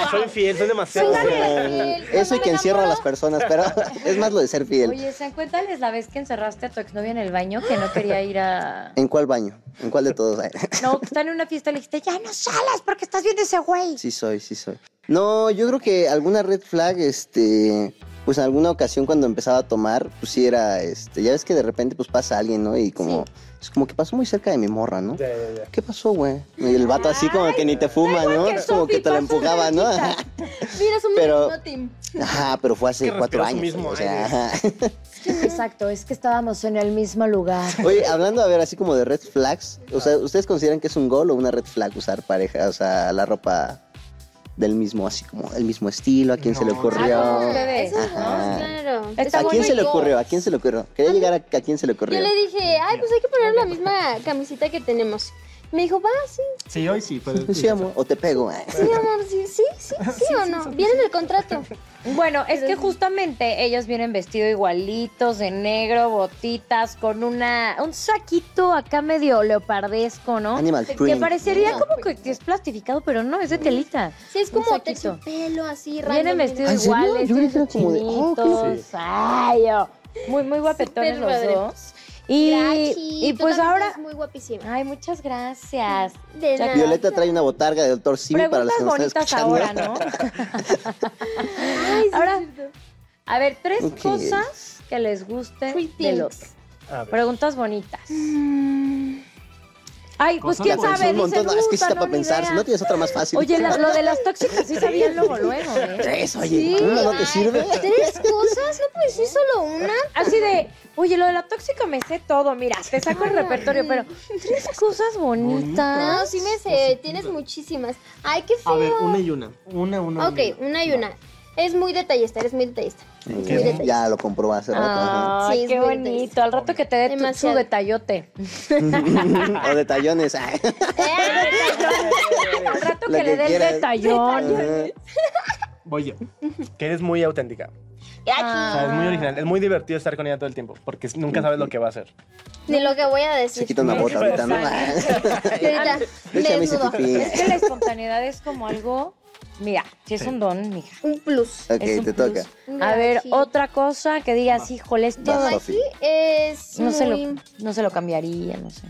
ex. Soy fiel, soy demasiado O sea, fiel. Ándale, Eso fiel, y cuando que me encierra a las enamoro. personas, pero *laughs* es más lo de ser fiel. Oye, ¿se cuéntales la vez que encerraste a tu exnovia en el baño que no quería ir *laughs* a. ¿En cuál baño? ¿En cuál de todos? No, que están en una fiesta y le dijiste, ya no sales porque estás viendo ese güey. *laughs* Sí soy, sí soy. No, yo creo que alguna red flag, este, pues en alguna ocasión cuando empezaba a tomar, pues sí era, este, ya ves que de repente pues pasa alguien, ¿no? Y como, es como que pasó muy cerca de mi morra, ¿no? Ya, ya, ya. ¿Qué pasó, güey? Y el vato así como que ni te fuma, ¿no? que Es como Sophie, que te la pasa de empujaba, ¿no? *laughs* verguita. Mira, somos Pero- un team. Ajá, pero fue hace Es que cuatro respiró años. su mismo o sea, aire. ajá. Exacto, es que estábamos en el mismo lugar. Oye, hablando, a ver, así como de red flags, o sea, ¿ustedes consideran que es un gol o una red flag usar pareja, o sea, la ropa del mismo, así como el mismo estilo? ¿A quién se le No. ocurrió? Ah, como ustedes. Eso es Ajá. dos, claro. Está ¿A Eso quién bueno se le yo. ocurrió? ¿A quién se le ocurrió? Quería llegar a, a quién se le ocurrió. Yo le dije, ay, pues hay que poner la misma camisita que tenemos. Me dijo, va, sí, Sí, hoy sí, pero. *laughs* Sí, amor, o te pego. eh. *laughs* sí, amor, sí, sí, sí, sí, o no. Viene en el contrato. Bueno, es que justamente ellos vienen vestidos igualitos, de negro, botitas, con una un saquito acá medio leopardesco, ¿no? Animal Que print. parecería No. como que es plastificado, pero no, es de telita. Sí, es Un como saquito. terciopelo, así, Vienen random, ¿Ah, vestidos en serio? iguales, Yo tienen dije sus como de, oh, qué- este, chinitos. Ay, oh, Muy, muy guapetones Súper los padre. dos. Y, Grachi, y tú pues también ahora... estás muy guapísima. Ay, muchas gracias. De nada. Violeta trae una botarga de doctor Simi para los Preguntas que nos están bonitas ahora, escuchando. *laughs* *laughs* ¿no? Ay, sí, Ahora- es cierto. A ver, tres Ok. cosas que les gusten Free del things. otro. A ver. Preguntas bonitas. Mm, Ay, pues Cosas quién bonitas. sabe, un montón, Ah, dicen, es "Uta, que está no, para ni pensar, idea". si no tienes otra más fácil. Oye, la- *laughs* lo de *laughs* las tóxicas sí sabían luego, luego, *laughs* ¿eh? Tres, oye, Sí, una no ay, pues, te sirve. *laughs* ¿Tres cosas? ¿No puedes decir solo una? Así de, oye, lo de la tóxica me sé todo, mira, te saco el repertorio, pero *laughs* tres cosas Ah, bonitas. No, sí me sé, tienes muchísimas. Ay, qué feo. A ver, una y una. Una, una. ok, una y una. Es muy detallista, eres *laughs* muy detallista. Eh, Ya lo comprobó hace rato. ajá. Ay, Sí, es qué verdad. bonito. Al rato que te dé tu- su Demasiado. detallote. Ah. *laughs* o detallones. ah. ay. Eh, Al rato Lo que le que dé el quieras. detallón. Ajá. Voy yo. Que eres muy auténtica. O Ah, sea, es muy original. Es muy divertido estar con ella todo el tiempo porque nunca sabes lo que va a hacer. Ni lo que voy a Se Ah, decir. quita una Sí, bota sí, ahorita, ¿no? Ahorita, Déjame ese desnudo. pipí. Es que la espontaneidad es como algo. Mira, si es un don, mija. Un plus. *laughs* Ok, Es un te plus. toca. A ver, Aquí. otra cosa que digas, híjole, esto Vas, Aquí es no se, lo, muy- no se lo cambiaría, no sé.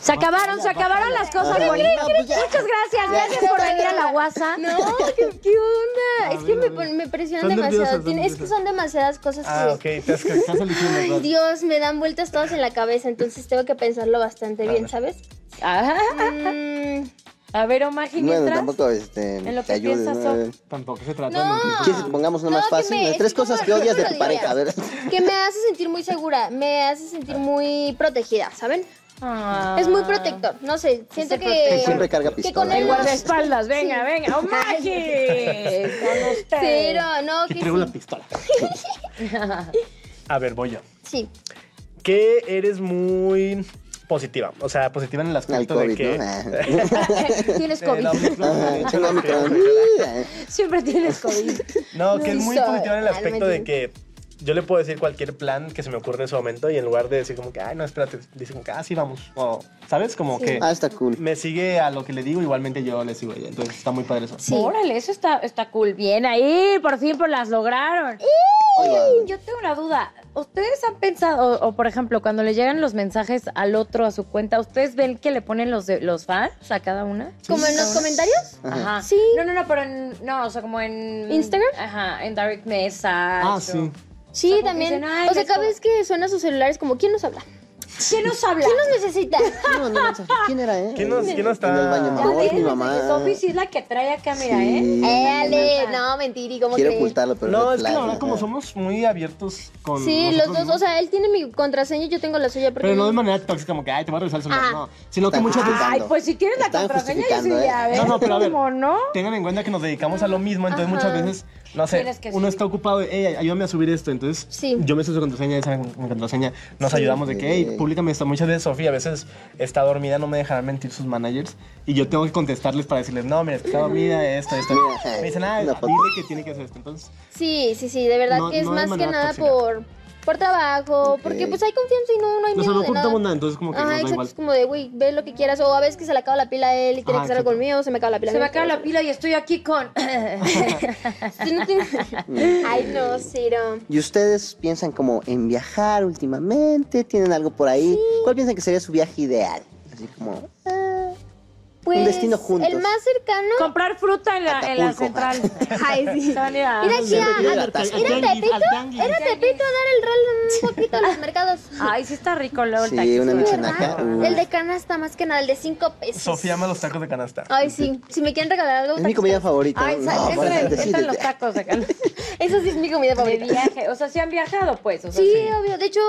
Se acabaron, se acabaron las cosas bonitas. Muchas gracias, gracias por venir a la guasa. pues *laughs* No, ¿qué, qué onda? es que me, pon- me presionan Son demasiado. nerviosas, son Tiene- es que son demasiadas cosas Ah, ok. que... te has- Estás eligiendo Ay, dos. Dios, me dan vueltas todas en la cabeza, entonces tengo que pensarlo bastante bien, ¿sabes? Ah, Mm, A ver, Omagi, Bueno, mientras. tampoco este, en lo te que ayudes. piensas, oh. ¿no? A ver. Tampoco se trata No. de mentir. ¿Quieres que pongamos una No, más que fácil? me- Las tres es como- cosas que odias de ¿cómo tu lo pareja. A ver, que me hace sentir muy segura, me hace sentir muy protegida, ¿saben? Ah. Es muy protector, no sé, siento el que... protector. siempre carga que con pistola. El él ¿eh? guardaespaldas, venga, *laughs* venga, Omagi. Con usted. Pero, no, Que que traigo la sí. pistola. A ver, voy yo. sí. Que eres muy positiva. O sea, positiva en *laughs* el Al aspecto de COVID, Ah, que. ¿no? Ah. Tienes Eh, la COVID. *laughs* Omicron, Ajá, de hecho, tengo la que- Omicron. *laughs* Siempre tienes COVID. No, que es muy Soy, positiva en el aspecto de realmente. que yo le puedo decir cualquier plan que se me ocurre en ese momento y en lugar de decir como que, ay, no, espérate, dice como que, ah, sí, vamos. O, ¿sabes? Como Sí. que Ah, está cool. me sigue a lo que le digo, igualmente yo le sigo a ella. Entonces está muy padre eso. Sí. Órale, eso está, está cool. Bien ahí, por fin pues las lograron. Oye, yo tengo una duda. ¿Ustedes han pensado, o, o, por ejemplo, cuando le llegan los mensajes al otro a su cuenta, ¿ustedes ven que le ponen los, de, los fans a cada una? ¿Como en los comentarios? Ajá. Ajá. Sí. No, no, no, pero en, no, o sea, como en... ¿Instagram? Ajá, en direct message. Ah, o- sí. Sí, O sea, como que también. dicen, "Ay, o sea, les- cada vez que suena sus celulares, como, ¿quién nos habla? ¿Quién nos habla? ¿Quién nos necesita? No, no, mensaje. ¿Quién era, eh? ¿Quién nos- quién nos está- En el baño, Ya mamá, ves, mi mensaje, mamá. Sofi sí es la que trae acá, mira, ¿eh? Sí. Eh, Ale, no, mentiri, ¿cómo Quiero crees? ocultarlo, pero No, red es que flag, la verdad, como ajá. somos muy abiertos con. Sí, los nosotros dos. mismos, O sea, él tiene mi contraseña y yo tengo la suya. Porque Pero no de manera tóxica, como que, ay, te voy a revisar el celular. Ajá. No, sino que Está muchas veces Ay, justificando. pues si tienes la Están contraseña, yo sí justificando, ¿eh? ya ves. No, no, pero a ver. ¿Cómo no? tengan en cuenta que nos dedicamos a lo mismo, entonces Ajá. muchas veces, no sé, Tienes que uno subir. está ocupado, de, "Ey, ayúdame a subir esto, entonces Sí. yo me sé su contraseña, esa mi contraseña, nos ayudamos de que, hey, públicame esto. Muchas veces Sofía a veces está dormida, no me dejarán mentir sus managers, y yo tengo que contestarles para decirles, no, mira, es que está dormida, esto, esto. Mira, me dicen, ah, una dile foto". que tiene que hacer esto, entonces, Sí, sí, sí, de verdad No- que es no de más que manera nada tóxica. por, por trabajo, porque pues hay confianza y no, no hay no se miedo no de nada. ocultamos nada, entonces como que Ajá, nos da exacto, igual. es como de, güey, ve lo que quieras, o a veces que se le acaba la pila a él y tiene Ajá, que hacer algo exacto. conmigo, se me acaba la pila. Se me a mí. acaba la pila y estoy aquí *laughs* con... *laughs* Sí, no tiene- Ay, no, Ciro. Mm. ¿Y ustedes piensan como en viajar últimamente? ¿Tienen algo por ahí? ¿Cuál piensan que sería su viaje ideal? Así como, Pues, destino juntos. El más cercano. Comprar fruta en la, en la Acapulco. central. Ay, sí. Se van a ir a- Mira aquí Siempre quiero ir a. a Tasca. Mira, Pepito. Era Pepito a dar el rol un poquito a los *laughs* mercados. Ah, Ay, sí está rico luego el Sí, taquito, una ¿verdad? michanaca. Uh. El de canasta, más que nada, el de cinco pesos. Sofía ama los tacos de canasta. Ay, sí. Si me quieren regalar algo, es mi comida favorita. Ay, ¿no? sa- No, entran- pues, entran decídete. los tacos acá. Esa sí es mi comida De favorita. viaje. O sea, sí han viajado, pues. O sea, Sí, obvio. De hecho,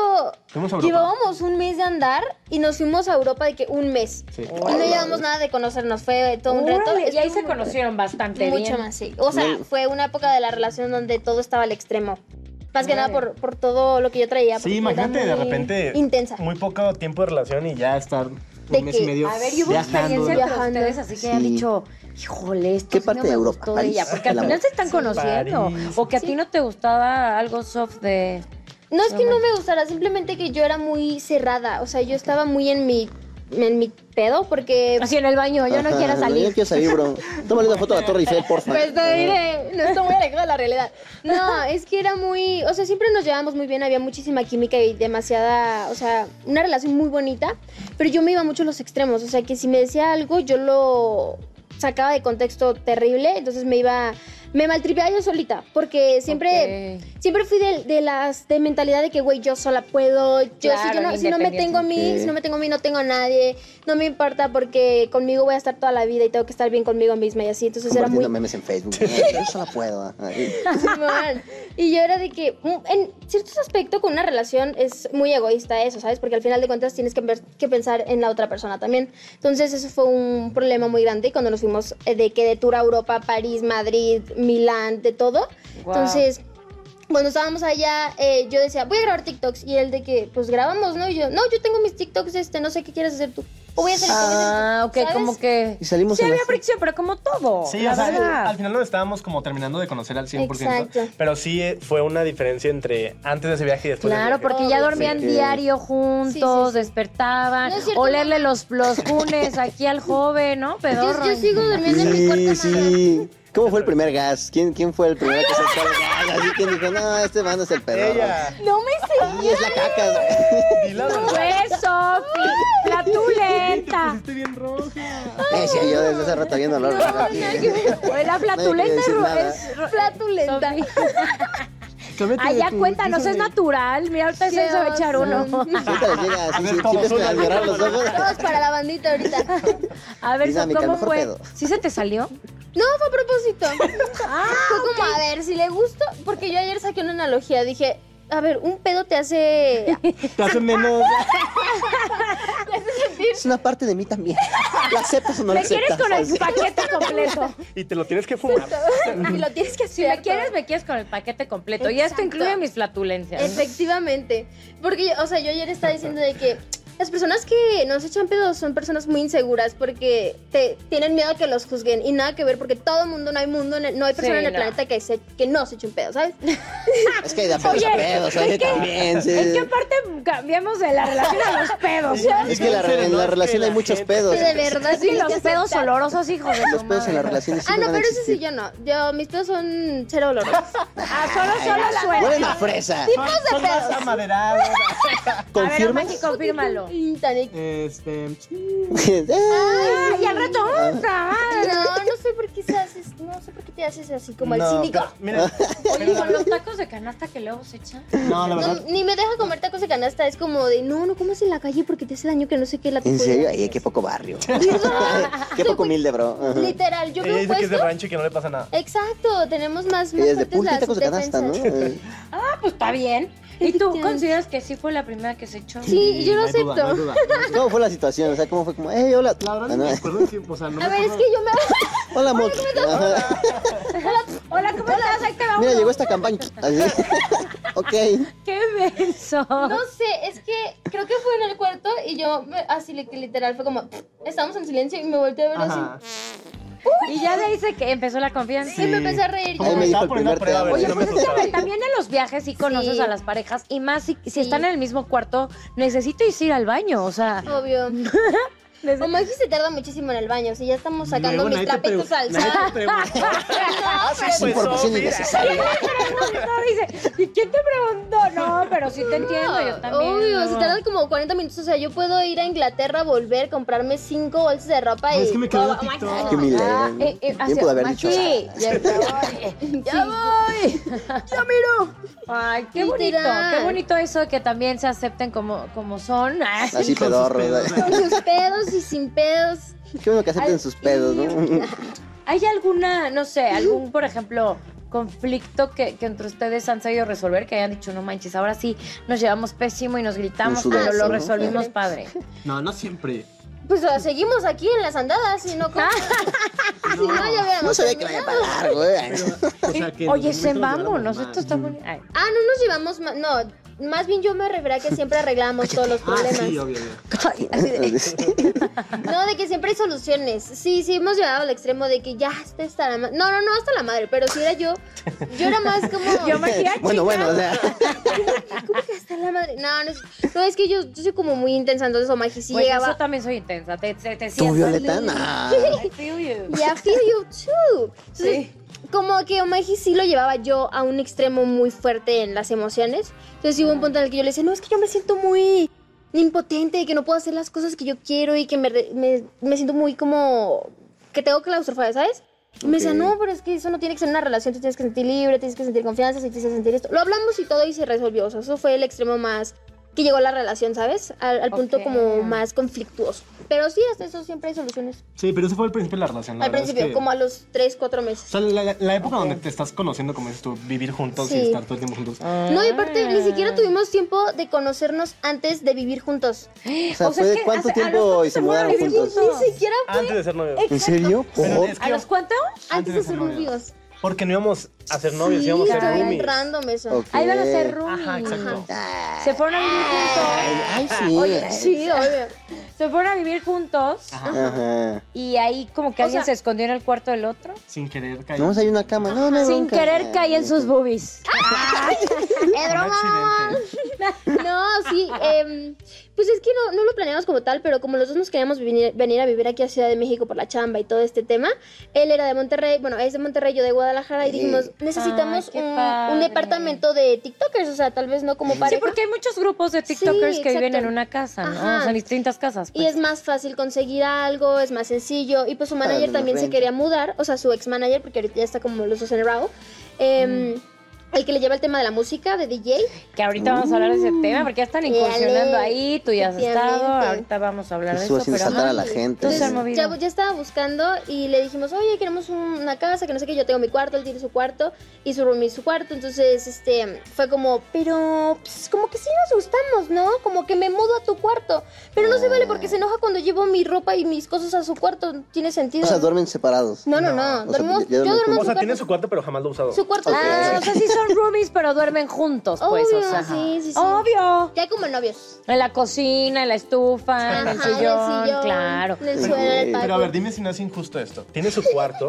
Fuimos a Europa. llevábamos un mes de andar y nos fuimos a Europa de que un mes. Sí. Y no llevamos nada de conocernos. Fue todo un reto. Órale, Y ahí Estuvo se muy- conocieron bastante Mucho bien. más, sí. O sea, Muy- fue una época de la relación donde todo estaba al extremo. Más que nada por, por todo lo que yo traía. Sí, porque era imagínate de muy repente Intensa. Muy poco tiempo de relación y ya. Ya estar De un mes que- y medio A ver, y hubo viajando. experiencia entre Viajando. ustedes, así que han Sí. dicho, híjole, esto ¿Qué sí parte no me de Europa? gustó de París. ella, porque al El amor. final se están conociendo, París. o que a ti no te gustaba algo soft de... No es que no me gustara, simplemente que yo era muy cerrada. O sea, yo estaba muy en mi, en mi pedo porque... Así en el baño, yo no Ajá, quiero Yo salir. no quiero salir, bro. Tómale una foto a la Torre Eiffel, porfa. Pues te diré, no está muy alejado de la realidad. No, es que era muy, o sea, siempre nos llevábamos muy bien, había muchísima química y demasiada, o sea, una relación muy bonita, pero yo me iba mucho a los extremos, o sea, que si me decía algo yo lo sacaba de contexto terrible, entonces me iba, me maltripeaba yo solita, porque siempre... Ok. Siempre fui de, de las de mentalidad de que, güey, yo sola puedo. Yo, si, Claro, yo no, si no me tengo a mí, Ok. si no me tengo a mí, no tengo a nadie. No me importa porque conmigo voy a estar toda la vida y tengo que estar bien conmigo misma y así. Pues Entonces era Compartiendo muy. memes en Facebook. *laughs* ¿no? Yo solo puedo. ajá. Simón. Y yo era de que, mm, en ciertos aspectos, con una relación es muy egoísta eso, ¿sabes? Porque al final de cuentas tienes que, ver- que pensar en la otra persona también. Entonces, eso fue un problema muy grande. Y cuando nos fuimos eh, de que de tour a Europa, París, Madrid, Milán, de todo. Guau. Entonces, cuando estábamos allá, eh, yo decía, voy a grabar TikToks. Y él de que, pues grabamos, ¿no? Y yo, no, yo tengo mis TikToks, este, no sé qué quieres hacer tú. O voy a hacer esto, voy a hacer esto", Ah, ok, ¿sabes? como que... Y salimos Sí a la- había fricción, pero como todo, Sí, la o sea, verdad. al final nos estábamos como terminando de conocer al 100%. Exacto. Pero sí eh, fue una diferencia entre antes de ese viaje y después del Claro, viaje. porque ya Obvio, dormían sí. diario Sí, sí, juntos, sí. despertaban, No es cierto, olerle los, los cunes aquí al joven, ¿no? Pedorro. Yo, yo sigo durmiendo en mi cuarto. Sí, madre. sí. ¿Cómo fue el primer gas? ¿Quién, quién fue el primero que se echó el gas? Así que dijo, no, este bando es el pedo. Ella. No me sé. Y es la *laughs* caca. Di la Fue verdad. Sofi, la Te tulenta. *laughs* pusiste bien roja. güey. Decía yo desde hace rato viendo olor. Fue la flatulenta decir ro- nada. *laughs* es ro- Flatulenta. Sofi. Cámbiate Ay, de ya tu- cuéntanos, eso es de- natural. Mira, ahorita se va a echar uno. Siempre les llega así, ver, sí, ¿cómo siempre se suena? al llorar los ojos. Todos para la bandita ahorita. *laughs* A ver, Sofi, Dinámica, ¿cómo mejor fue? pedo. ¿Sí se te salió? No, fue a propósito. Fue como, a ver, si le gusto, porque yo ayer saqué una analogía, dije, a ver, un pedo te hace... Te hacen menos. Es una parte de mí también. ¿La aceptas o no la ¿Me quieres aceptas? con el paquete *laughs* completo? Y te lo tienes que fumar. y lo tienes que Si hacer. me quieres, me quieres con el paquete completo. Y esto Exacto. incluye mis flatulencias. Efectivamente. Porque, yo- o sea, yo ayer estaba diciendo de que, Las personas que nos echan pedos son personas muy inseguras porque te, tienen miedo a que los juzguen y nada que ver porque todo mundo, no hay mundo, en el- no hay persona Sí, en el no. planeta que, se, que no se eche un pedo, ¿sabes? Es que hay de a pedos Oye, a pedos, hay de es que- también. sí. ¿En qué parte cambiamos de la relación a los pedos? Es que la- Pero en no, la es que relación hay la muchos gente- pedos. Sí, de verdad. Es que sí, los que pedos aceptar. olorosos, hijo de Los su pedos en madre. las relaciones Ah, siempre no, van a pero eso sí existir. yo no. Yo, mis pedos son *laughs* cero olorosos. Ah, solo, solo Huelen suena. a fresa. Son, son más amaderados. A ver, ¿Confirmas? *laughs* Maki, confírmalo. Mm, Titanic. Este. Ah, y al rato, otra. No, no sé por qué se haces, no sé por qué te haces así como el no, cínico. pero, Mira, Oye, con los tacos de canasta que luego se echan. no, No, la verdad. ni me deja comer tacos de canasta, es como de, no, no comas en la calle porque te hace daño que no sé qué la ¿En serio? tuya. Ay, qué poco barrio. ¿Verdad? *laughs* qué poco humilde, bro. Ajá. Literal, yo Ella creo Eh, dice que es de puesto. rancho y que no le pasa nada. Exacto, tenemos más, más Ella es de fuertes pulque y las tacos de canasta, ¿no? defensas. Eh, Ah, pues está bien. ¿Y tú Efectivamente. consideras que sí fue la primera que se echó? Sí, yo lo no hay duda, no hay acepto. duda. Eh, ¿Cómo fue la situación? O sea, ¿cómo fue como, hey, hola? La verdad, Ah, no no, me acuerdo. sí, O sea, no *laughs* me A ver, es acuerdo. que yo me *laughs* *laughs* Hola, Mot. Ajá. Hola, ¿cómo estás? Ahí te va Mira, uno. llegó este- esta campaña. Así. *laughs* ok. ¡Qué menso! No sé, es que creo que fue en el cuarto y yo me- así li- que literal fue como estábamos en silencio y me volteé a ver Ajá. así. Y ya de ahí se que empezó la confianza. Y me empecé a reír. Como Ahí yo, me me dijo estaba el poniendo a primer te prueba, a amo. ver si Oye, no me pues es que soltaba. hombre, también en los viajes sí conoces Sí. a las parejas y más si, si Sí. están en el mismo cuarto, necesitas ir al baño, o sea, Obvio. O Maggie se tarda muchísimo en el baño, si ya estamos sacando Luego mis nadie te trapitos pregun- al sol. nadie te preguntó. Es Pues, información oh, *laughs* mira. innecesaria. No, dice, ¿y quién te preguntó? No, pero sí te entiendo, yo también. Obvio, no. se tardan como 40 minutos. O sea, yo puedo ir a Inglaterra, volver, comprarme cinco bolsas de ropa y. Es *laughs* que me quedó Oh, en my TikTok. God. Qué humilde. Ah, ¿no? eh, eh, Bien hacia- pudo haber Maki, dicho. ya te voy. *laughs* ¡Ya voy! ¡Ya miro! Ay, qué bonito, Literal. qué bonito eso de que también se acepten como, como son. *laughs* Ah, Así con sus pedorro. pedos, ¿verdad? Con sus pedos y sin pedos. Qué bueno que acepten sus pedos, ¿no? ¿Hay alguna, no sé, algún, por ejemplo, conflicto que, que entre ustedes han sabido resolver, que hayan dicho, no manches, ahora sí nos llevamos pésimo y nos gritamos, sudor, pero lo ¿no? resolvimos Sí. padre? No, no siempre. Pues ah, seguimos aquí en las andadas y no. *laughs* ¿cómo? si no, ya hubiéramos. No sabía que la terminado. había para largo, ¿eh? *laughs* O sea, que Oye, nos se metemos de vámonos, broma. esto está bonito. Ay. Ah, no nos llevamos. ma- No, más bien yo me refería que siempre arreglamos todos los Ah, problemas. sí, obvio, obvio. *laughs* No, de que siempre hay soluciones. Sí, sí, hemos llegado al extremo de que ya hasta está la madre. No, no, no, hasta la madre, pero si era yo, yo era más como. *laughs* Yo me- Magia, chica. *laughs* Bueno, bueno, o sea. ¿Cómo que hasta la madre? No, no, es, no, es que yo, yo soy como muy intensa, entonces o magia sí Bueno, yo llegaba. también soy intensa, te, te, te ¿Tú, siento. Violeta? Nah. I feel you. Ya feel you too. Entonces, Sí. Como que Omagi sí lo llevaba yo a un extremo muy fuerte en las emociones. Entonces sí hubo un punto en el que yo le decía, no, es que yo me siento muy impotente, que no puedo hacer las cosas que yo quiero y que me, re- me- me siento muy como que tengo claustrofobia, ¿sabes? Y me decía, Ok. no, pero es que eso no tiene que ser una relación, tú tienes que sentir libre, tienes que sentir confianza, sí, tienes que sentir esto. Lo hablamos y todo y se resolvió. O sea, eso fue el extremo más que llegó la relación, ¿sabes? Al, al punto Ok. como más conflictuoso. Pero sí, hasta eso siempre hay soluciones. Sí, pero ese fue el principio de la relación. la al verdad es principio, que- como a los 3, 4 meses. O sea, la, la- la época donde te estás conociendo, como dices tú, vivir juntos Sí. y estar todo el tiempo juntos. No, y aparte, ni siquiera tuvimos tiempo de conocernos antes de vivir juntos. O sea, fue es de que cuánto hasta- a los tiempo cuantos y se fueron a mudaron vivir juntos. juntos. Ni siquiera Antes de ser novios. ¿En serio? Pero ¿Por? es ¿A que los cuánto? antes de ser novios. porque no íbamos a ser novios, sí, íbamos a ser está bien roomies. random eso. Ok. Ahí van a ser Ajá, roomies. exacto. Se fueron a vivir juntos. Ay, sí. Oye, Sí, obvio. *laughs* Se fueron a vivir juntos Ajá. y ahí como que O alguien sea- se escondió en el cuarto del otro. Sin querer caer. No, o sea, hay una cama. No, no, hay Sin bronca. querer caí en sus boobies. Ah, Es Un Eh, broma, mamá. accidente. No, sí. em, pues es que no, no lo planeamos como tal, pero como los dos nos queríamos venir, venir a vivir aquí a Ciudad de México por la chamba y todo este tema, él era de Monterrey, bueno, es de Monterrey, yo de Guadalajara, y dijimos, necesitamos Ay, qué un- un, padre. departamento de TikTokers, o sea, tal vez no como pareja. Sí, porque hay muchos grupos de TikTokers que viven exacto. en una casa, ¿no? Ajá. O sea, en distintas casas. pues. Y es más fácil conseguir algo, es más sencillo. Y pues su manager la también se renta. quería mudar, o sea, su ex manager, porque ahorita ya está como los dos en Raw. em, Mm. El que le lleva el tema de la música, de DJ. Que ahorita vamos a hablar de ese tema, porque ya están incursionando Dale. ahí, tú ya has estado, Efectivamente. ahorita vamos a hablar de Estuvo eso. haciendo Pero saltar a ajá. la gente. Entonces, ¿no? movido. ya, ya estaba buscando y le dijimos, oye, queremos un- una casa, que no sé qué, yo tengo mi cuarto, él tiene su cuarto y su roomie su cuarto. Entonces, este, fue como, pero, pues, como que sí nos gustamos, ¿no? Como que me mudo a tu cuarto. Pero no se vale porque se enoja cuando llevo mi ropa y mis cosas a su cuarto. Tiene sentido. O sea, duermen separados. No, no, No, no. o sea, Dormimos, ya yo duermen duermo juntos. en su O O sea, cuarto. tiene su cuarto, pero jamás lo ha usado. Su cuarto. Ah, o sea, sí son son roomies, pero duermen juntos, pues. Obvio, o sea, sí, sí, sí. Obvio. Ya como novios. En la cocina, en la estufa, en el Ajá, en el sillón, sillón, claro. En el suelo, en el Pero, Pero a ver, patio. dime si no es injusto esto. Tiene su cuarto.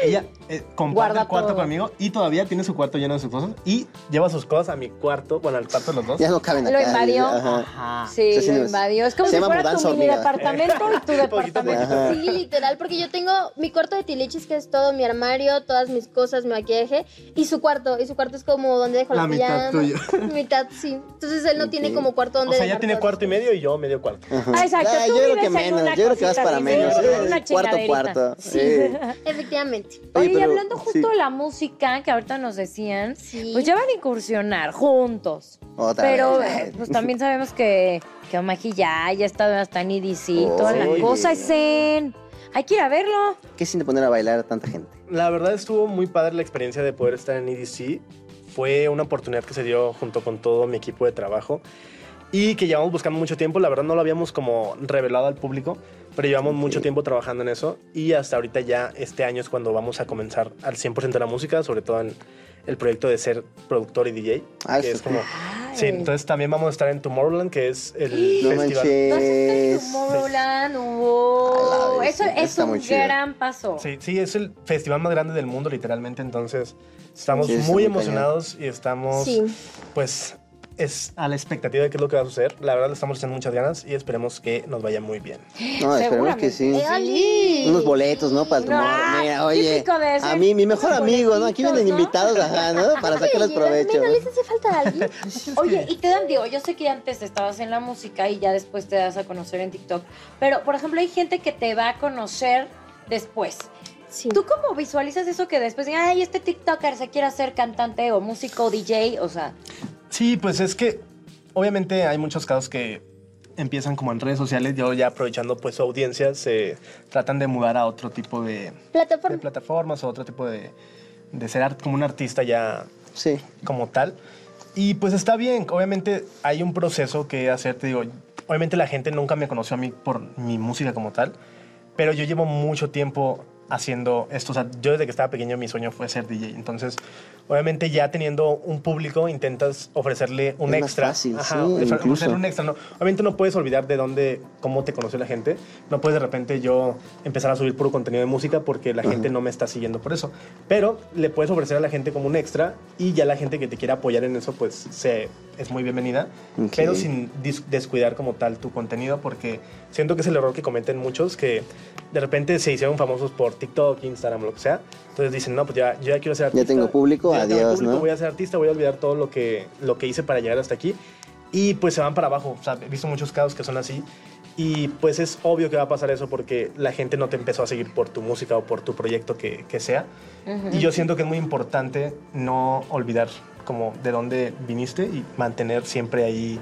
Ella eh, comparte Guarda el cuarto todo. conmigo y todavía tiene su cuarto lleno de sus cosas y lleva sus cosas a mi cuarto, bueno, al cuarto de los dos. Ya no caben acá. Lo invadió. Ajá. Ah, Sí, Sí, sí, lo no es- invadió. Es como se si llama fuera tu mudanza mini hormiga. departamento y tu Poquito a departamento. poquito. Ajá. Sí, literal, porque yo tengo mi cuarto de tiliches, que es todo mi armario, todas mis cosas, mi maquillaje, y su cuarto. Y su cuarto es como donde dejo La la mitad tuya. *laughs* Mitad, sí. Entonces él no tiene Ok. como cuarto donde O sea, ya dejar tiene todo. cuarto y medio y yo medio cuarto. Ah, exacto. Ah, Tú yo creo vives que en menos. una Yo creo que vas cosita para así, menos. sí, eh, una cuarto, chingaderita. cuarto. Sí. eh. Efectivamente. *laughs* Oye, Oye, y pero- hablando justo sí. de la música que ahorita nos decían, Sí. pues ya van a incursionar juntos. Otra pero *laughs* vez. eh, pues también sabemos que, que Omaji ya, ya está E hasta en EDC, toda la Oye. cosa es en. Hay que ir a verlo. ¿Qué sin poner a bailar a tanta gente? La verdad estuvo muy padre la experiencia de poder estar en EDC. E Fue una oportunidad que se dio junto con todo mi equipo de trabajo y que llevamos buscando mucho tiempo. La verdad no lo habíamos como revelado al público, pero llevamos mucho tiempo trabajando en eso y hasta ahorita ya este año es cuando vamos a comenzar al 100% la música, sobre todo en el proyecto de ser productor y DJ. Ah, que es súper. como, sí, Ay. entonces también vamos a estar en Tomorrowland, que es el *gasps* No festival. Vas a estar manches. en Tomorrowland, wow. A la vez, Eso sí, es está un muy chido. gran paso. Sí, sí, es el festival más grande del mundo, literalmente. Entonces, estamos Sí, está muy muy emocionados y estamos, Sí. pues, es a A la la expectativa de qué es lo que va a suceder. La verdad, le estamos echando muchas ganas y esperemos que nos vaya muy bien. No, esperemos que sí. Seguramente. Eh, Ali. Unos boletos, ¿no? Para el No, ah, tumor. Mira, oye. típico de ese. A mí, mi mejor Unos amigo, ¿no? Aquí vienen boletitos, ¿no? invitados, ajá, ¿no? Para sacarles provecho. Mira, les hace falta alguien. Oye, y te dan, digo, yo sé que antes estabas en la música y ya después te das a conocer en TikTok, pero por ejemplo hay gente que te va a conocer después. Sí. ¿Tú cómo visualizas eso que después digan, ay, este TikToker se quiere hacer cantante o músico o DJ? O sea, Sí, pues es que obviamente hay muchos casos que empiezan como en redes sociales, yo ya aprovechando pues su audiencia, se tratan de mudar a otro tipo de, de Plataforma. plataformas o otro tipo de, de ser art- como un artista ya Sí. como tal. Y pues está bien, obviamente hay un proceso que hacer, te digo, obviamente la gente nunca me conoció a mí por mi música como tal, pero yo llevo mucho tiempo haciendo esto, o sea, yo desde que estaba pequeño mi sueño fue ser DJ, entonces obviamente ya teniendo un público intentas ofrecerle un Es más extra, fácil, Ajá, sí, ofre- incluso. ofrecerle un extra, no, obviamente no puedes olvidar de dónde, cómo te conoció la gente, no puedes de repente yo empezar a subir puro contenido de música porque la gente no me está siguiendo por eso, pero le puedes ofrecer a la gente como un extra y ya la gente que te quiera apoyar en eso pues se, es muy bienvenida, Ok. pero sin dis- descuidar como tal tu contenido porque siento que es el error que cometen muchos que de repente se hicieron famosos por TikTok, Instagram, lo que sea, entonces dicen, no, pues ya, yo ya quiero ser Ya artista. tengo público, ya tengo adiós, público, ¿no? Voy a ser artista, voy a olvidar todo lo que, lo que hice para llegar hasta aquí y pues se van para abajo, o sea, he visto muchos casos que son así. Y pues es obvio que va a pasar eso porque la gente no te empezó a seguir por tu música o por tu proyecto que, que sea. Y yo siento que es muy importante no olvidar como de dónde viniste y mantener siempre ahí,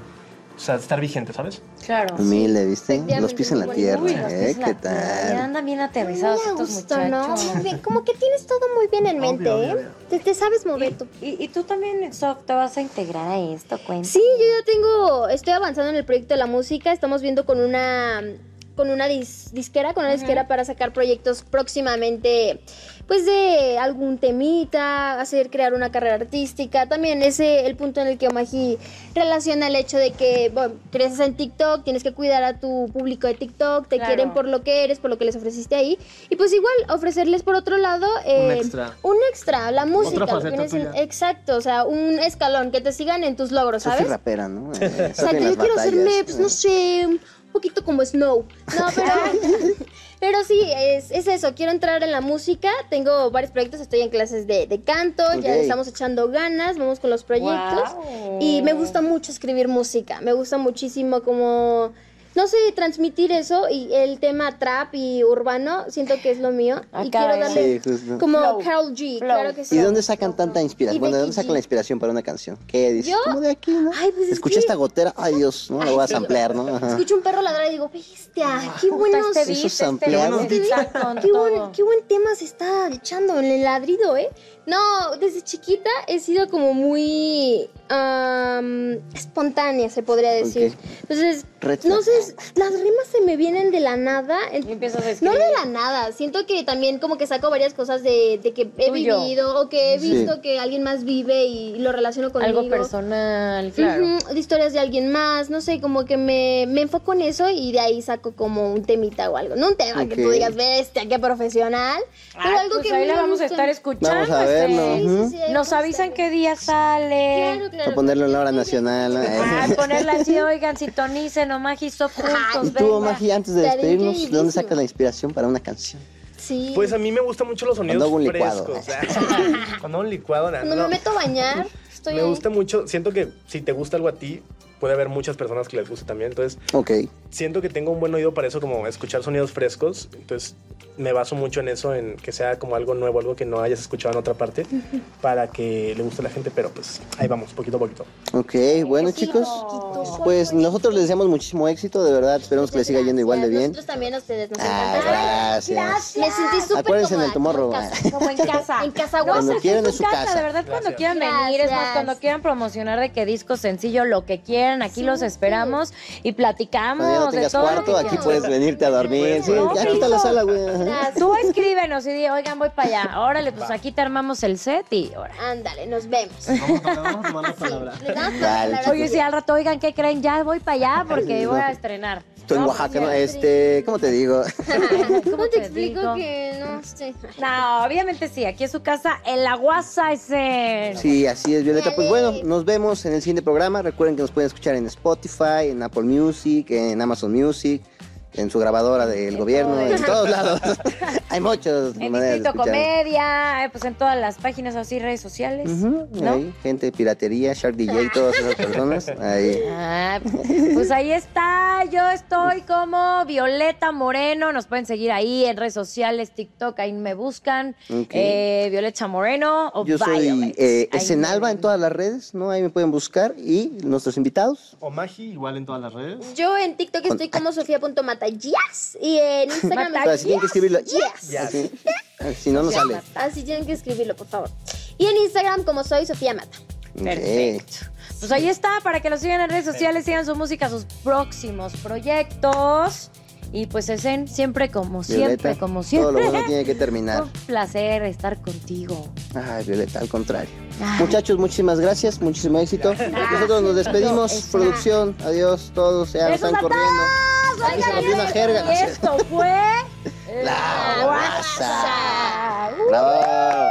o sea, estar vigente, ¿sabes? claro. Humilde, ¿viste? Efectivamente, Los pies en la muy tierra. Uy, los ¿eh? pies en la ¿Qué tierra, ya tal? andan bien aterrizados Muy a estos gusto, ¿no? muchachos. Muy bien. Como que tienes todo muy bien en Obvio, mente, obvio, ¿eh? obvio. Te, te sabes mover tú. Y, y tú también, Sof, te vas a integrar a esto, cuenta. Sí, yo ya tengo, estoy avanzando en el proyecto de la música, estamos viendo con una con una dis- disquera, con una disquera para sacar proyectos próximamente, pues de algún temita, hacer crear una carrera artística, también ese el punto en el que Omaji relaciona el hecho de que, bueno, creces en TikTok, tienes que cuidar a tu público de TikTok, te Claro. quieren por lo que eres, por lo que les ofreciste ahí, y pues igual ofrecerles por otro lado eh, extra. un extra, la música, lo que faceta viene siendo- tuya. exacto, o sea, un escalón, que te sigan en tus logros, Soy ¿sabes? rapera, ¿no? Eh, O sea, Sophie en yo las quiero hacerme, batallas, pues eh. no sé, un poquito como Snow. No, *laughs* pero, pero sí, es, es eso. Quiero entrar en la música. Tengo varios proyectos. Estoy en clases de, de canto. Ya le Ok. estamos echando ganas. Vamos con los proyectos. Guau. Y me gusta mucho escribir música. Me gusta muchísimo como... No sé, transmitir eso y el tema trap y urbano, siento que es lo mío. y Acá, quiero ¿verdad? darle Sí, justo. como Ah, Flow, Carl G, flow. claro que sí. ¿Y dónde sacan tanta Y inspiración? Bueno, ¿de Becky dónde G. sacan la inspiración para una canción? ¿Qué dices? Yo- Como de aquí, ¿no? Ay, pues es Escuché que- esta gotera, ay Dios, no la voy a sí. samplear, ¿no? Ajá. Ah, Escucho un perro ladrar y digo, bestia, qué Puta, buenos... este esos beat, este ampliados. beat está con Qué buen, todo. qué buen tema se está echando en el ladrido, ¿eh? No, desde chiquita he sido como muy am, espontánea, se podría decir. Ok. Entonces, Red flag. no sé, las rimas se me vienen de la nada. Y empiezas a No escribir. de la nada, siento que también como que saco varias cosas de, de que he Tuyo. vivido o que he Sí. visto que alguien más vive y lo relaciono con Algo personal, claro. Ujú, de historias de alguien más, no sé, como que me, me enfoco en eso y de ahí saco como un temita o algo. No un tema que tú Ok. digas, bestia, qué profesional, pero Ah, algo pues que ahí me la vamos a gusta. estar escuchando. Vamos a verlo. este. Ujú. ahí Nos vamos a avisan estar. qué día sale. Claro, claro. A ponerlo en la hora nacional. ¿no? Ah, ponerla *laughs* así, oigan, sintonicen, Omagi, so juntos, Y tú, venga. Magi, antes de Estaría despedirnos, ¿de dónde increíblísimo. sacas la inspiración para una canción? Sí. Pues a mí me gustan mucho los Cuando sonidos hago un licuado. frescos. *laughs* Cuando hago un licuado, na- Cuando no. me meto a bañar, estoy Me ahí. gusta mucho. Siento que si te gusta algo a ti, puede haber muchas personas que les guste también. Entonces, Ok. siento que tengo un buen oído para eso, como escuchar sonidos frescos. Entonces, me baso mucho en eso, en que sea como algo nuevo, algo que no hayas escuchado en *laughs* otra parte, para que le guste a la gente. Pero pues ahí vamos, poquito a poquito. Ok, bueno, chicos. Pues nosotros les deseamos muchísimo éxito, de verdad. Esperemos que les siga yendo igual de bien. Nosotros también a ustedes nos Ah, encantaron. gracias. Me sentí súper Acuérdense en cómoda, el tomorrow. como en casa. Como en *laughs* casa. En casa, No, guapa. Cuando se quieran junta es su en casa, casa. de verdad, cuando Gracias. quieran venir, es más, Gracias. cuando quieran promocionar de que disco sencillo, lo que quieran, aquí Sí. los esperamos y platicamos Cuando ya no de tengas todo. lo que Pues cuarto, aquí quieran. puedes venirte a dormir. Puedes Sí, jugar. aquí está la sala, güey. Ajá. Gracias. Tú escríbenos y di, oigan, voy para allá. Órale, pues aquí te armamos el set y órale. Ándale, nos vemos. Vamos a tomar la palabra. *laughs* Les damos Vale, la palabra. Oye, *laughs* si al rato, oigan, ¿qué creen? Ya voy para *laughs* allá porque voy a estrenar. Estoy en No, Oaxaca, ¿no? pues, Este, ¿cómo te digo? ¿cómo ¿Cómo te te digo? explico que no sé? No, obviamente sí, aquí es su casa, en la guasa es en... Sí, así es, Violeta. Pues Dale. bueno, nos vemos en el siguiente programa. Recuerden que nos pueden escuchar en Spotify, en Apple Music, en Amazon Music, en su grabadora del gobierno, todo. en todos lados. *laughs* Hay muchas En maneras de Distrito escuchar. Comedia, eh, pues en todas las páginas así, redes sociales. Ujú, pues, ¿no? ahí, gente de piratería, Shark DJ, todas esas personas. Ahí. *laughs* Ah, pues ahí está, yo estoy como Violeta Moreno, nos pueden seguir ahí en redes sociales, TikTok, ahí me buscan, Ok. eh, Violeta Moreno o Yo soy Violet. Ahí eh, me- Esenalba en todas las redes, ¿no? Ahí me pueden buscar. Y nuestros invitados. O Magi, igual en todas las redes. Yo en TikTok estoy como sofia.matayas y en Instagram Mata- O sea, si tienen que escribirlo. Yes. yes. Así. eh, Si no, no sale. Así tienen que escribirlo, por favor. Y en Instagram como soy Sofía Mata. Ok. Perfecto. Pues ahí está, para que lo sigan en redes sociales, sigan su música, sus próximos proyectos. Y pues Esen, siempre como siempre, Violeta, como Todo lo siempre. Oh. bueno tiene que *laughs* terminar. Un placer estar contigo. Ay, Violeta, al contrario. Ay. Muchachos, muchísimas gracias, muchísimo éxito. Nosotros nos despedimos. Exacto. Producción, adiós, todos, ya nos ¡Besos están a corriendo. todos! Aquí se Oigan, rompió una jerga. Y esto fue... *laughs* La La Guasa. Bravo.